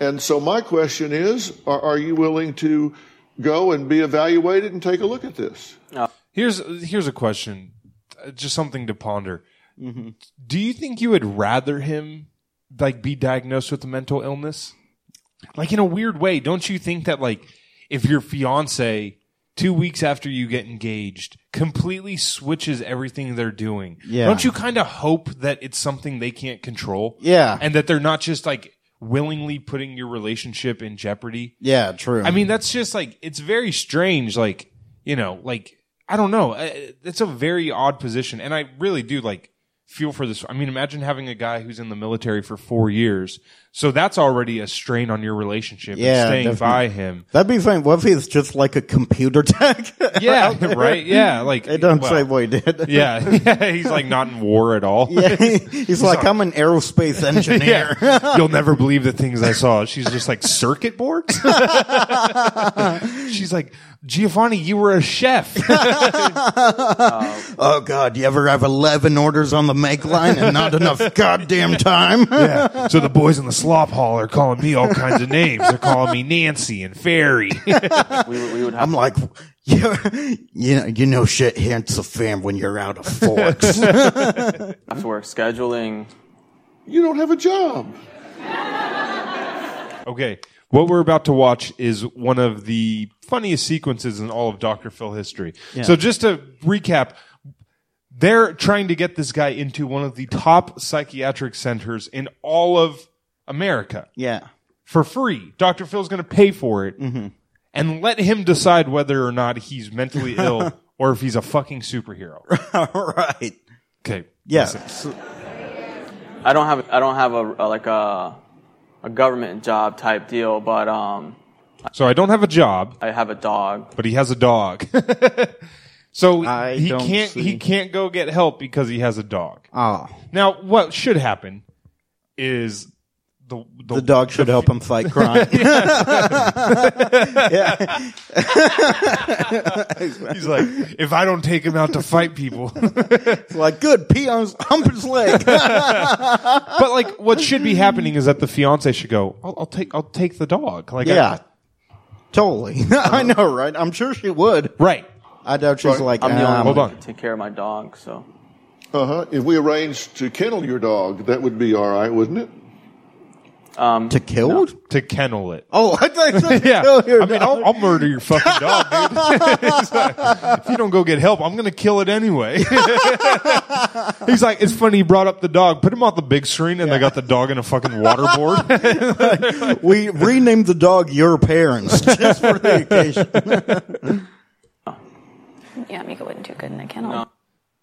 And so, my question is are, are you willing to go and be evaluated and take a look at this?
here's, here's a question, uh, just something to ponder.
Mm-hmm.
Do you think you would rather him like be diagnosed with a mental illness? Like in a weird way, don't you think that like if your fiance two weeks after you get engaged completely switches everything they're doing,
Yeah.
don't you kind of hope that it's something they can't control?
Yeah.
And that they're not just like willingly putting your relationship in jeopardy?
yeah, true.
I mean, that's just like it's very strange. Like you know, like I don't know. Uh, It's a very odd position, and I really do like feel for this. I mean, imagine having a guy who's in the military for four years, so that's already a strain on your relationship.
Yeah,
and staying
definitely.
by him.
that'd be fine. What if he's just like a computer tech?
Yeah, right. Yeah, like
They don't
well,
say what he did.
Yeah, he's like not in war at all.
Yeah, he's like, I'm an aerospace engineer.
Yeah. You'll never believe the things I saw. She's just like circuit boards. She's like, Giovanni, you were a chef.
Oh God, you ever have 11 orders on the make line and not enough goddamn time?
Yeah. So the boys in the slop hall are calling me all kinds of names. They're calling me Nancy and Fairy.
We, would- we would have
I'm like, You, you know, you know shit hits the fan when you're out of forks.
After work scheduling,
You don't have a job.
Okay. What we're about to watch is one of the funniest sequences in all of Dr. Phil history. So just to recap, they're trying to get this guy into one of the top psychiatric centers in all of America
yeah.
for free. Dr. Phil's going to pay for it
Mm-hmm.
and let him decide whether or not he's mentally ill or if he's a fucking superhero.
All right.
Okay.
Yeah.
I don't have I don't have a, a like a a government job type deal, but um,
So I don't have a job.
I have a dog.
but he has a dog. so
I
he
don't
can't
see.
he can't go get help because he has a dog.
Oh,
Now, what should happen is the the,
the dog should help him fight crime.
He's like, if I don't take him out to fight people,
It's like, good, pee on his, hump his leg.
but like, what should be happening is that the fiance should go. I'll, I'll take I'll take the dog. Like, I-
yeah. Totally. I know, right? I'm sure she would.
right.
I doubt she's like,
I'm the
Um,
"Ah,
only
hold
one
on.
to take care of my dog, so
Uh huh. If we arranged to kennel your dog, that would be all right, wouldn't it?
to kill?
To kennel it.
Oh, I thought you said
Yeah,
kill your
I mean, I'll, I'll murder your fucking dog, dude. It's like, if you don't go get help, I'm gonna kill it anyway. He's like, it's funny. He brought up the dog, put him on the big screen, and they got the dog in a fucking waterboard.
We renamed the dog your parents just for the occasion.
Yeah, Mika wouldn't do good in the kennel.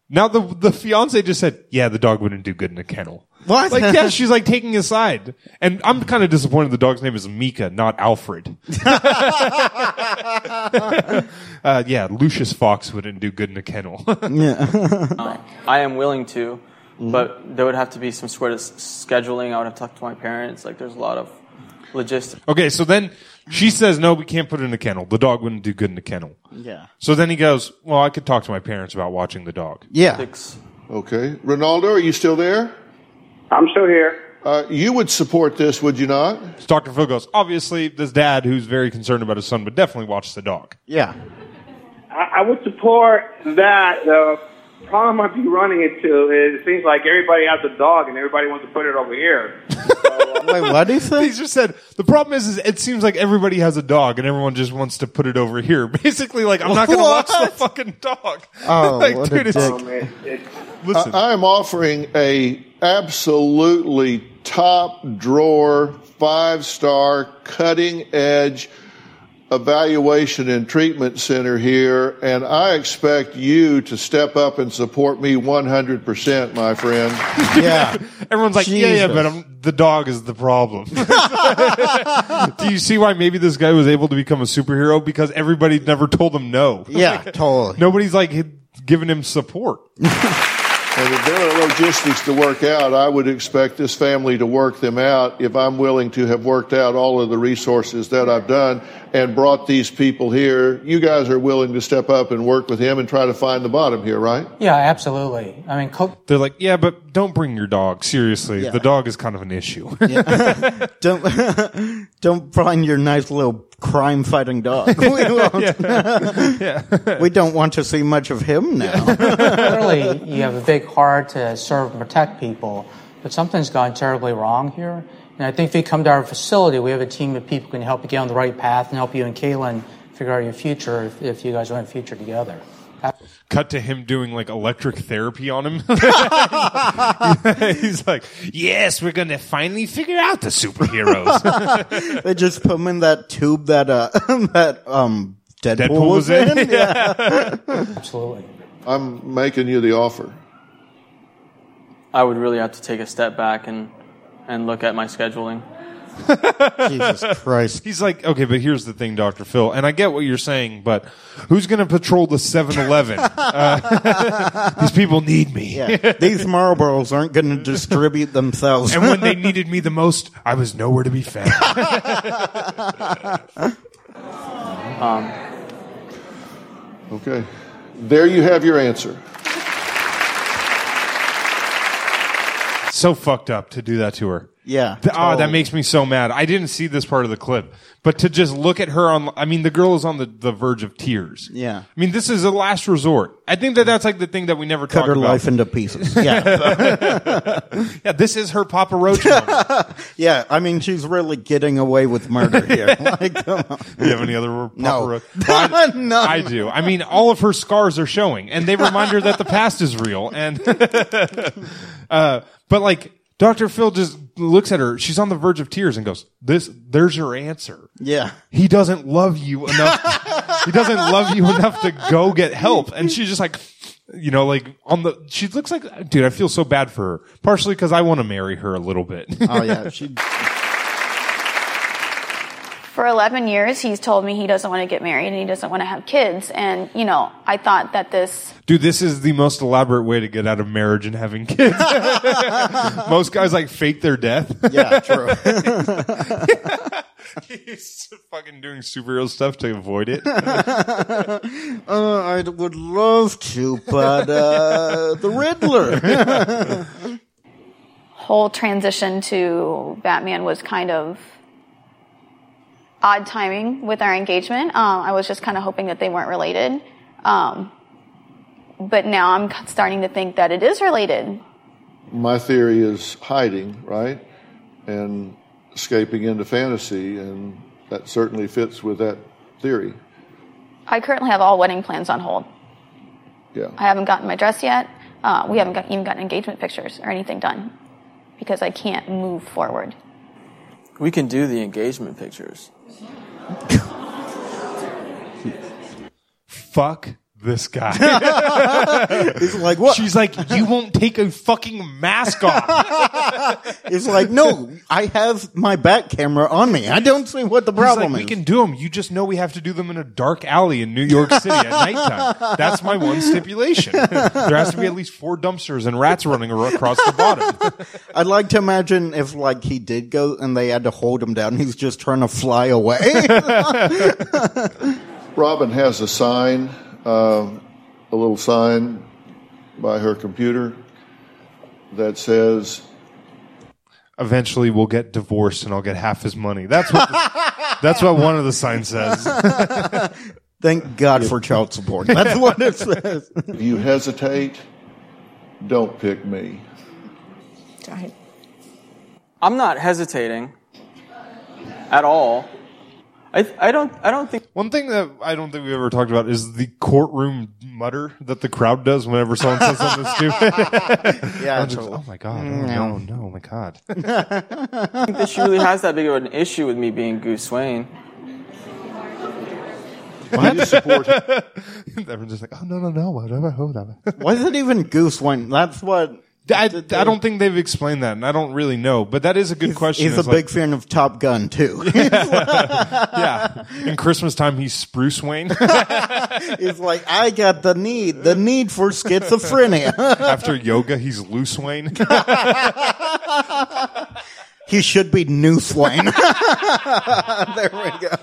now the the fiance just said, yeah, the dog wouldn't do good in a kennel.
What?
Like, yeah, she's like taking his side, and I'm kind of disappointed. The dog's name is Mika, not Alfred. uh, yeah, Lucius Fox wouldn't do good in a kennel.
I am willing to.
Mm-hmm.
But there would have to be some sort of s- scheduling. I would have to talk to my parents. Like there's a lot of logistics.
Okay, so then she says, no, we can't put it in a kennel. The dog wouldn't do good in a kennel.
Yeah.
So then he goes, well, I could talk to my parents about watching the dog.
Yeah.
Okay. Ronaldo, are you still there?
I'm still here.
Uh, you would support this, would you not?
So Dr. Phil goes, obviously, this dad who's very concerned about his son would definitely watch the dog.
Yeah.
I, I would support that. The problem I'd be running into is it seems like everybody has a dog and everybody wants to put it over here.
Wait, what do you
He
think?
just said, the problem is, is it seems like everybody has a dog and everyone just wants to put it over here. Basically, like, I'm not going to watch the fucking dog.
Oh,
like,
what a
dude, it's,
dick.
It, it's
listen,
I am offering a absolutely top drawer, five star, cutting edge evaluation and treatment center here, and I expect you to step up and support me 100%, my friend.
Yeah.
everyone's like, yeah, yeah,
Jesus.
but I'm, the dog is the problem. Do you see why maybe this guy was able to become a superhero? Because everybody never told him no.
Yeah, totally.
Nobody's like giving him support.
And if there are logistics to work out, I would expect this family to work them out if I'm willing to have worked out all of the resources that I've done and brought these people here. You guys are willing to step up and work with him and try to find the bottom here, right?
Yeah, absolutely. I mean, Coke
They're like, yeah, but don't bring your dog. Seriously, the dog is kind of an issue.
Don't don't find your nice little crime fighting dog. We, won't. we don't want to see much of him now.
clearly you have a big heart to serve and protect people, but something's gone terribly wrong here. And I think if you come to our facility, we have a team of people who can help you get on the right path and help you and Kaylin figure out your future if, if you guys want a future together.
Cut to him doing like electric therapy on him. He's like, yes, we're gonna finally figure out the superheroes.
they just put him in that tube that uh that um Deadpool,
Deadpool was in. Yeah.
Absolutely.
I'm making you the offer.
I would really have to take a step back and and look at my scheduling.
Jesus Christ.
He's like, okay, but here's the thing, Doctor Phil, and I get what you're saying, but who's gonna patrol the 7-Eleven? Uh, these people need me.
Yeah. These Marlboros aren't going to distribute themselves.
And when they needed me the most, I was nowhere to be found.
Okay. There you have your answer.
so fucked up to do that to her.
Yeah.
Th- Oh, that makes me so mad. I didn't see this part of the clip, but to just look at her on, I mean, the girl is on the, the verge of tears.
Yeah.
I mean, this is a last resort. I think that that's like the thing that we never
Cut
talk
her
about.
life into pieces. Yeah.
yeah, this is her Papa Roach. moment.
yeah. I mean, she's really getting away with murder here. Like, come on.
Do you have any other Papa
No.
Roach?
None.
I do. I mean, all of her scars are showing, and they remind her that the past is real. And uh, but like Dr. Phil just looks at her. She's on the verge of tears and goes, "This, there's your answer.
Yeah.
He doesn't love you enough. he doesn't love you enough to go get help." And she's just like. You know, like on the, she looks like, dude, I feel so bad for her. Partially because I want to marry her a little bit.
Oh, yeah. She,
For 11 years, he's told me he doesn't want to get married and he doesn't want to have kids. And, you know, I thought that this,
Dude, this is the most elaborate way to get out of marriage and having kids. most guys like fake their death.
yeah, true.
He's fucking doing superhero stuff to avoid it.
Uh, I would love to, but uh, the Riddler.
whole transition to Batman was kind of odd timing with our engagement. Um, I was just kind of hoping that they weren't related. Um, but now I'm c- starting to think that it is related.
my theory is hiding, right? And escaping into fantasy, and that certainly fits with that theory.
I currently have all wedding plans on hold.
Yeah.
I haven't gotten my dress yet. Uh, we haven't got, even gotten engagement pictures or anything done because I can't move forward.
We can do the engagement pictures.
Fuck this guy.
He's like, what?
She's like, you won't take a fucking mask off.
He's like, no, I have my back camera on me. I don't see what the
He's
problem
like, we
is.
can do them. You just know we have to do them in a dark alley in New York City at nighttime. That's my one stipulation. there has to be at least four dumpsters and rats running ar- across the bottom.
I'd like to imagine if like he did go and they had to hold him down. He's just trying to fly away.
Robin has a sign, um, a little sign by her computer that says,
Eventually, we'll get divorced and I'll get half his money. That's what. that's what one of the signs says.
Thank God for child support. That's what it says.
If you hesitate, don't pick me.
I'm not hesitating at all. I, I don't I don't think
One thing that I don't think we ever talked about is the courtroom mutter that the crowd does whenever someone says something stupid.
Yeah,
Just, oh my god! Oh no! No! Oh my god!
that she really has that big of an issue with me being Goose Wayne.
Do you support him?
Everyone's just like, oh no no no! Whatever, whatever.
Why is it even Goose Wayne? That's what.
I, I don't think they've explained that, and I don't really know. But that is a good question.
He's a
It's like-
big fan of Top Gun too.
yeah. In Christmas time, he's Spruce Wayne
He's like, I got the need, the need for schizophrenia.
after yoga. He's Loose Wayne.
he should be Noose Wayne. there we go.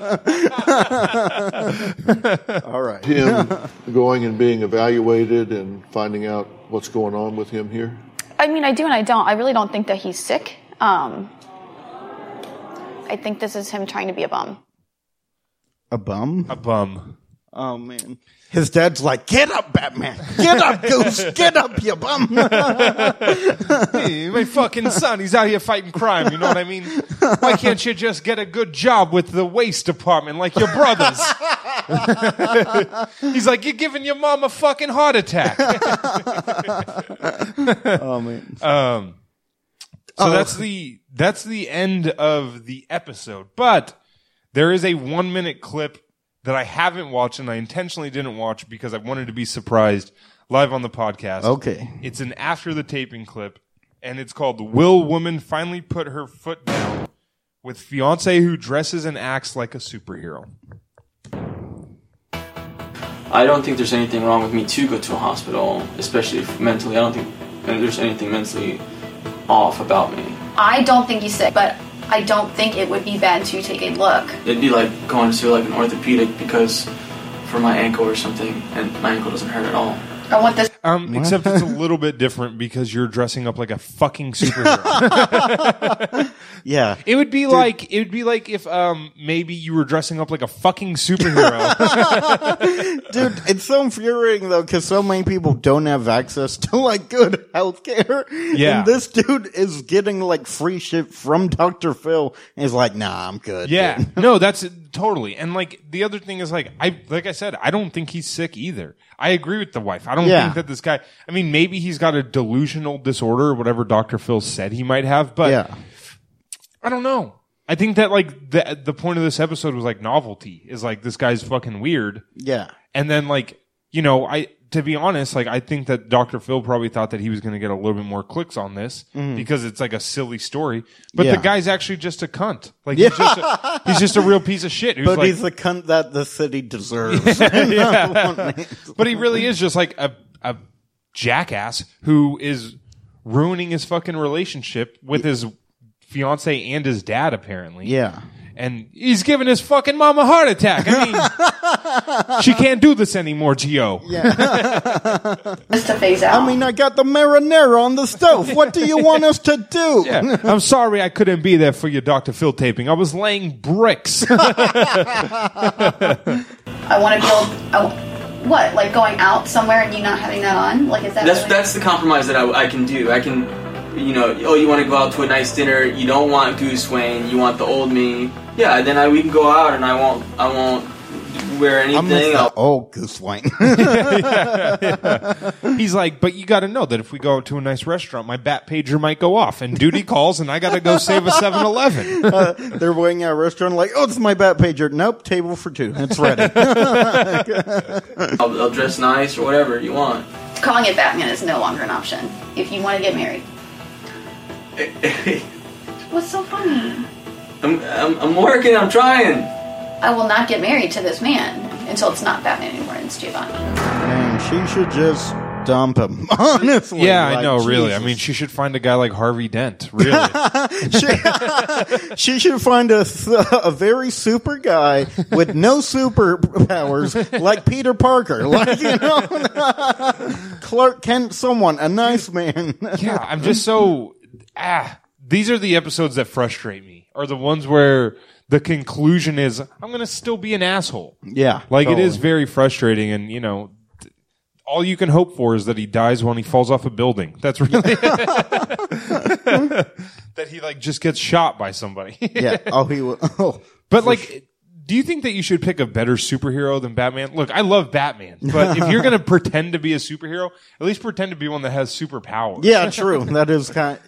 All right.
him going and being evaluated and finding out what's going on with him here?
I mean, I do and I don't. I really don't think that he's sick. Um, I think this is him trying to be a bum.
A bum.
a bum.
Oh man. His dad's like, get up, Batman. Get up, Goose. Get up, you bum.
Hey, my fucking son, he's out here fighting crime. You know what I mean? Why can't you just get a good job with the waste department like your brothers? he's like, you're giving your mom a fucking heart attack.
oh man.
So that's the that's the end of the episode. But there is a one minute clip that I haven't watched and I intentionally didn't watch because I wanted to be surprised live on the podcast.
Okay.
It's an after the taping clip and it's called Will Woman Finally Put Her Foot Down with Fiance Who Dresses and Acts Like a Superhero.
I don't think there's anything wrong with me to go to a hospital, especially if mentally. I don't think there's anything mentally off about me.
I don't think he's sick, but I don't think it would be bad to take a look.
It'd be like going to like an orthopedic because for my ankle or something, and my ankle doesn't hurt at all.
I want this
Uh,
Um, except it's a little bit different because you're dressing up like a fucking superhero.
yeah.
it would be like it would be like if um maybe you were dressing up like a fucking superhero.
Dude, it's so infuriating though, because so many people don't have access to like good healthcare.
Yeah.
And this dude is getting like free shit from Dr. Phil. And he's like, nah, I'm good.
yeah.
dude."
No, that's totally. And like the other thing is like I like I said, I don't think he's sick either. I agree with the wife. I don't
Yeah.
think that this guy I mean maybe he's got a delusional disorder or whatever Dr. Phil said he might have, but
Yeah.
I don't know. I think that like the the point of this episode was like novelty is like this guy's fucking weird.
Yeah.
And then like, you know, I to be honest, like I think that Dr. Phil probably thought that he was going to get a little bit more clicks on this because it's like a silly story. But
Mm. Yeah.
the guy's actually just a cunt. Like he's just a, he's just a real piece of shit. Who's
But
like,
he's the cunt that the city deserves.
but he really is just like a a jackass who is ruining his fucking relationship with his fiance and his dad apparently.
yeah.
and he's giving his fucking mom a heart attack. I mean, she can't do this anymore, Gio.
Just to phase out.
I mean, I got the marinara on the stove. What do you want us to do?
Yeah. I'm sorry I couldn't be there for your Dr. Phil taping. I was laying bricks.
I want to be able. I w- what? Like going out somewhere and you not having that on? Like is that?
That's
really-
that's the compromise that I, I can do. I can, you know, oh, you want to go out to a nice dinner. You don't want Goose Wayne. You want the old me. Yeah, then I, we can go out, and I won't I won't wear
I miss
anything.
that
I'll-
old Goose Wayne.
He's like, but you got to know that if we go to a nice restaurant, my bat pager might go off and duty calls and I got to go save a 7 Eleven.
They're waiting at a restaurant like, oh, it's my bat pager. Nope, table for two. It's ready.
I'll, I'll dress nice or whatever you want.
calling it Batman is no longer an option if you want to get married. What's so funny?
I'm, I'm, I'm working. I'm trying.
I will not get married to this man until it's not Batman anymore and it's Giovanni.
Man, she should just dump him. Honestly.
yeah, I
Like,
know, really. I
Jesus.
mean, she should find a guy like Harvey Dent, really.
she, she should find a, a very super guy with no superpowers like Peter Parker. Like, you know, Clark Kent, someone, a nice man.
yeah, I'm just so ah. These are the episodes that frustrate me. Are the ones where the conclusion is I'm gonna still be an asshole.
Yeah,
like
totally.
it is very frustrating, and you know, t- all you can hope for is that he dies when he falls off a building. That's really that he like just gets shot by somebody.
yeah. Oh, he will. Oh.
But like, do you think that you should pick a better superhero than Batman? Look, I love Batman, but if you're gonna pretend to be a superhero, at least pretend to be one that has superpowers.
Yeah, true. That is kind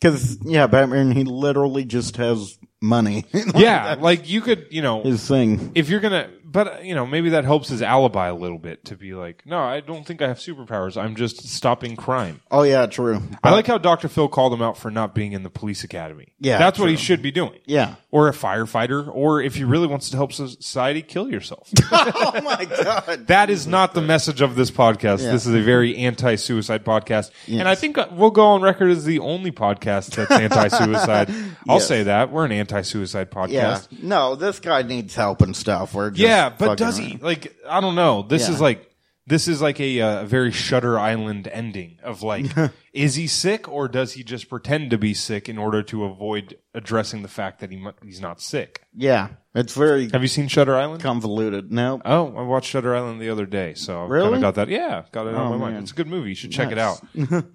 because yeah, Batman. He literally just has money.
Yeah, like you could, you know,
his thing.
if you're gonna but uh, you know maybe that helps his alibi a little bit to be like no i don't think i have superpowers i'm just stopping crime
Oh yeah, true.
i like how dr phil called him out for not being in the police academy
Yeah,
that's what he should be doing
Yeah.
or a firefighter or if he really wants to help so- society kill yourself
Oh my god.
that is not the message of this podcast
Yeah.
this is a very anti-suicide podcast
Yes.
and i think uh, we'll go on record as the only podcast that's anti-suicide i'll
Yes.
say that we're an anti-suicide podcast
Yeah. No, this guy needs help and stuff. We're just
Yeah, but
fucking
does
around.
he? Like, I don't know. This
Yeah.
is like this is like a uh, very Shutter Island ending of like, is he sick or does he just pretend to be sick in order to avoid addressing the fact that he mu- he's not sick?
Yeah, it's very
Have you seen Shutter Island?
convoluted. No.
Oh, I watched Shutter Island the other day, so I've
Really? Oh,
kinda got that. Yeah, got it on my mind.
man.
It's a good movie. You should check it out.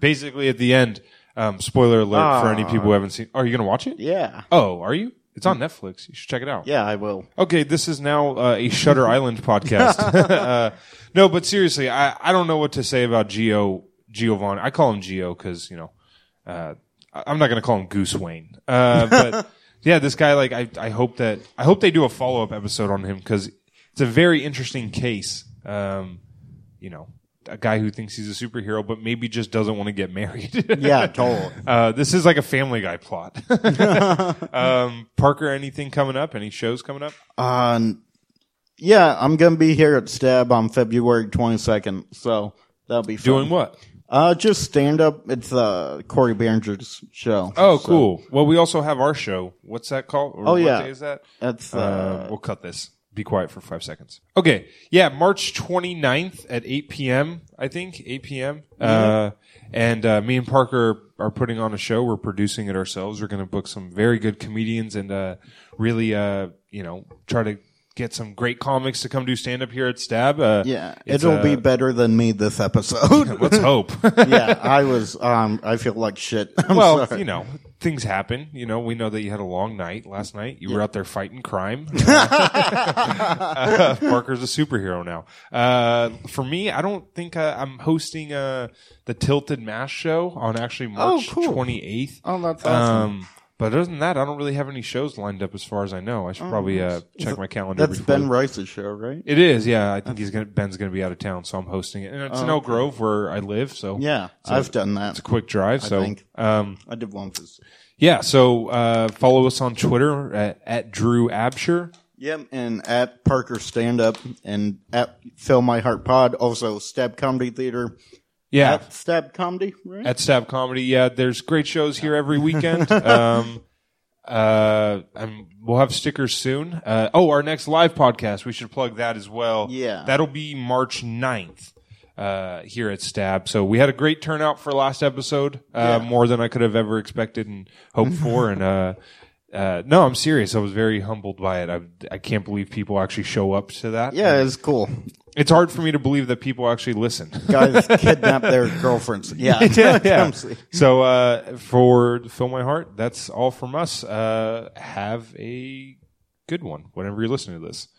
Basically, at the end, um, spoiler alert for any people who haven't seen. Are you going to watch it?
Ah. Yeah.
Oh, are you? It's on Netflix. You should check it out.
Yeah, I will.
Okay, this is now uh, a Shutter Island podcast. uh, no, but seriously, I, I don't know what to say about Gio Giovanni. I call him Gio because you know uh, I- I'm not going to call him Goose Wayne. Uh, but yeah, this guy like I, I hope that I hope they do a follow up episode on him because it's a very interesting case. Um, you know, a guy who thinks he's a superhero but maybe just doesn't want to get married.
Yeah, totally.
Uh, this is like a Family Guy plot. um, Parker, anything coming up? Any shows coming up?
Um, yeah, I'm gonna be here at Stab on February 22nd, so that'll be fun.
Doing what?
Uh, just stand up. It's uh Corey Behringer's show.
Oh,
So
cool. Well, we also have our show. What's that called? Or
Oh,
what
yeah.
day is that?
That's
Uh,
uh,
we'll cut this. be quiet for five seconds. Okay. Yeah. March 29th at 8 p.m. I think 8 p.m. Uh,
Mm-hmm.
and, uh, me and Parker are putting on a show. We're producing it ourselves. We're going to book some very good comedians and, uh, really, uh, you know, try to get some great comics to come do stand up here at Stab. Uh,
Yeah,
it's,
it'll
uh,
be better than me this episode.
let's hope.
yeah, I was. Um, I feel like shit. I'm
well,
sorry.
you know, things happen. You know, we know that you had a long night last night. You were out there fighting crime. Uh, Parker's a superhero now. Uh, for me, I don't think uh, I'm hosting uh, the Tilted Mass show on actually March
Oh, cool.
28th.
Oh, that's awesome.
Um, but other than that, I don't really have any shows lined up as far as I know. I
Oh,
should probably uh, check my calendar.
That's
before-
Ben Rice's show, right?
It is, yeah. I think he's gonna, Ben's going to be out of town, so I'm hosting it. And it's in Elk Grove where I live, so
Oh, Yeah,
So
I've done that.
It's a quick drive, so
think.
um,
I did one for.
yeah, so uh, follow us on Twitter at, at Drew Absher.
Yep, and at Parker Stand Up and at Fill My Heart Pod, also Stab Comedy Theater.
Yeah,
At Stab Comedy, right?
at Stab Comedy. Yeah, there's great shows here every weekend. um, uh, I'm, we'll have stickers soon. Uh, oh, our next live podcast, we should plug that as well.
Yeah.
That'll be March 9th. Uh, here at Stab, so we had a great turnout for last episode, uh, more than I could have ever expected and hoped for. and uh, uh, no, I'm serious. I was very humbled by it. I I can't believe people actually show up to that.
yeah, it's cool.
it's hard for me to believe that people actually listen.
Guys kidnap their girlfriends. Yeah,
yeah, yeah.
Come see.
So uh, for fill my heart, that's all from us. Uh, have a good one whenever you're listening to this.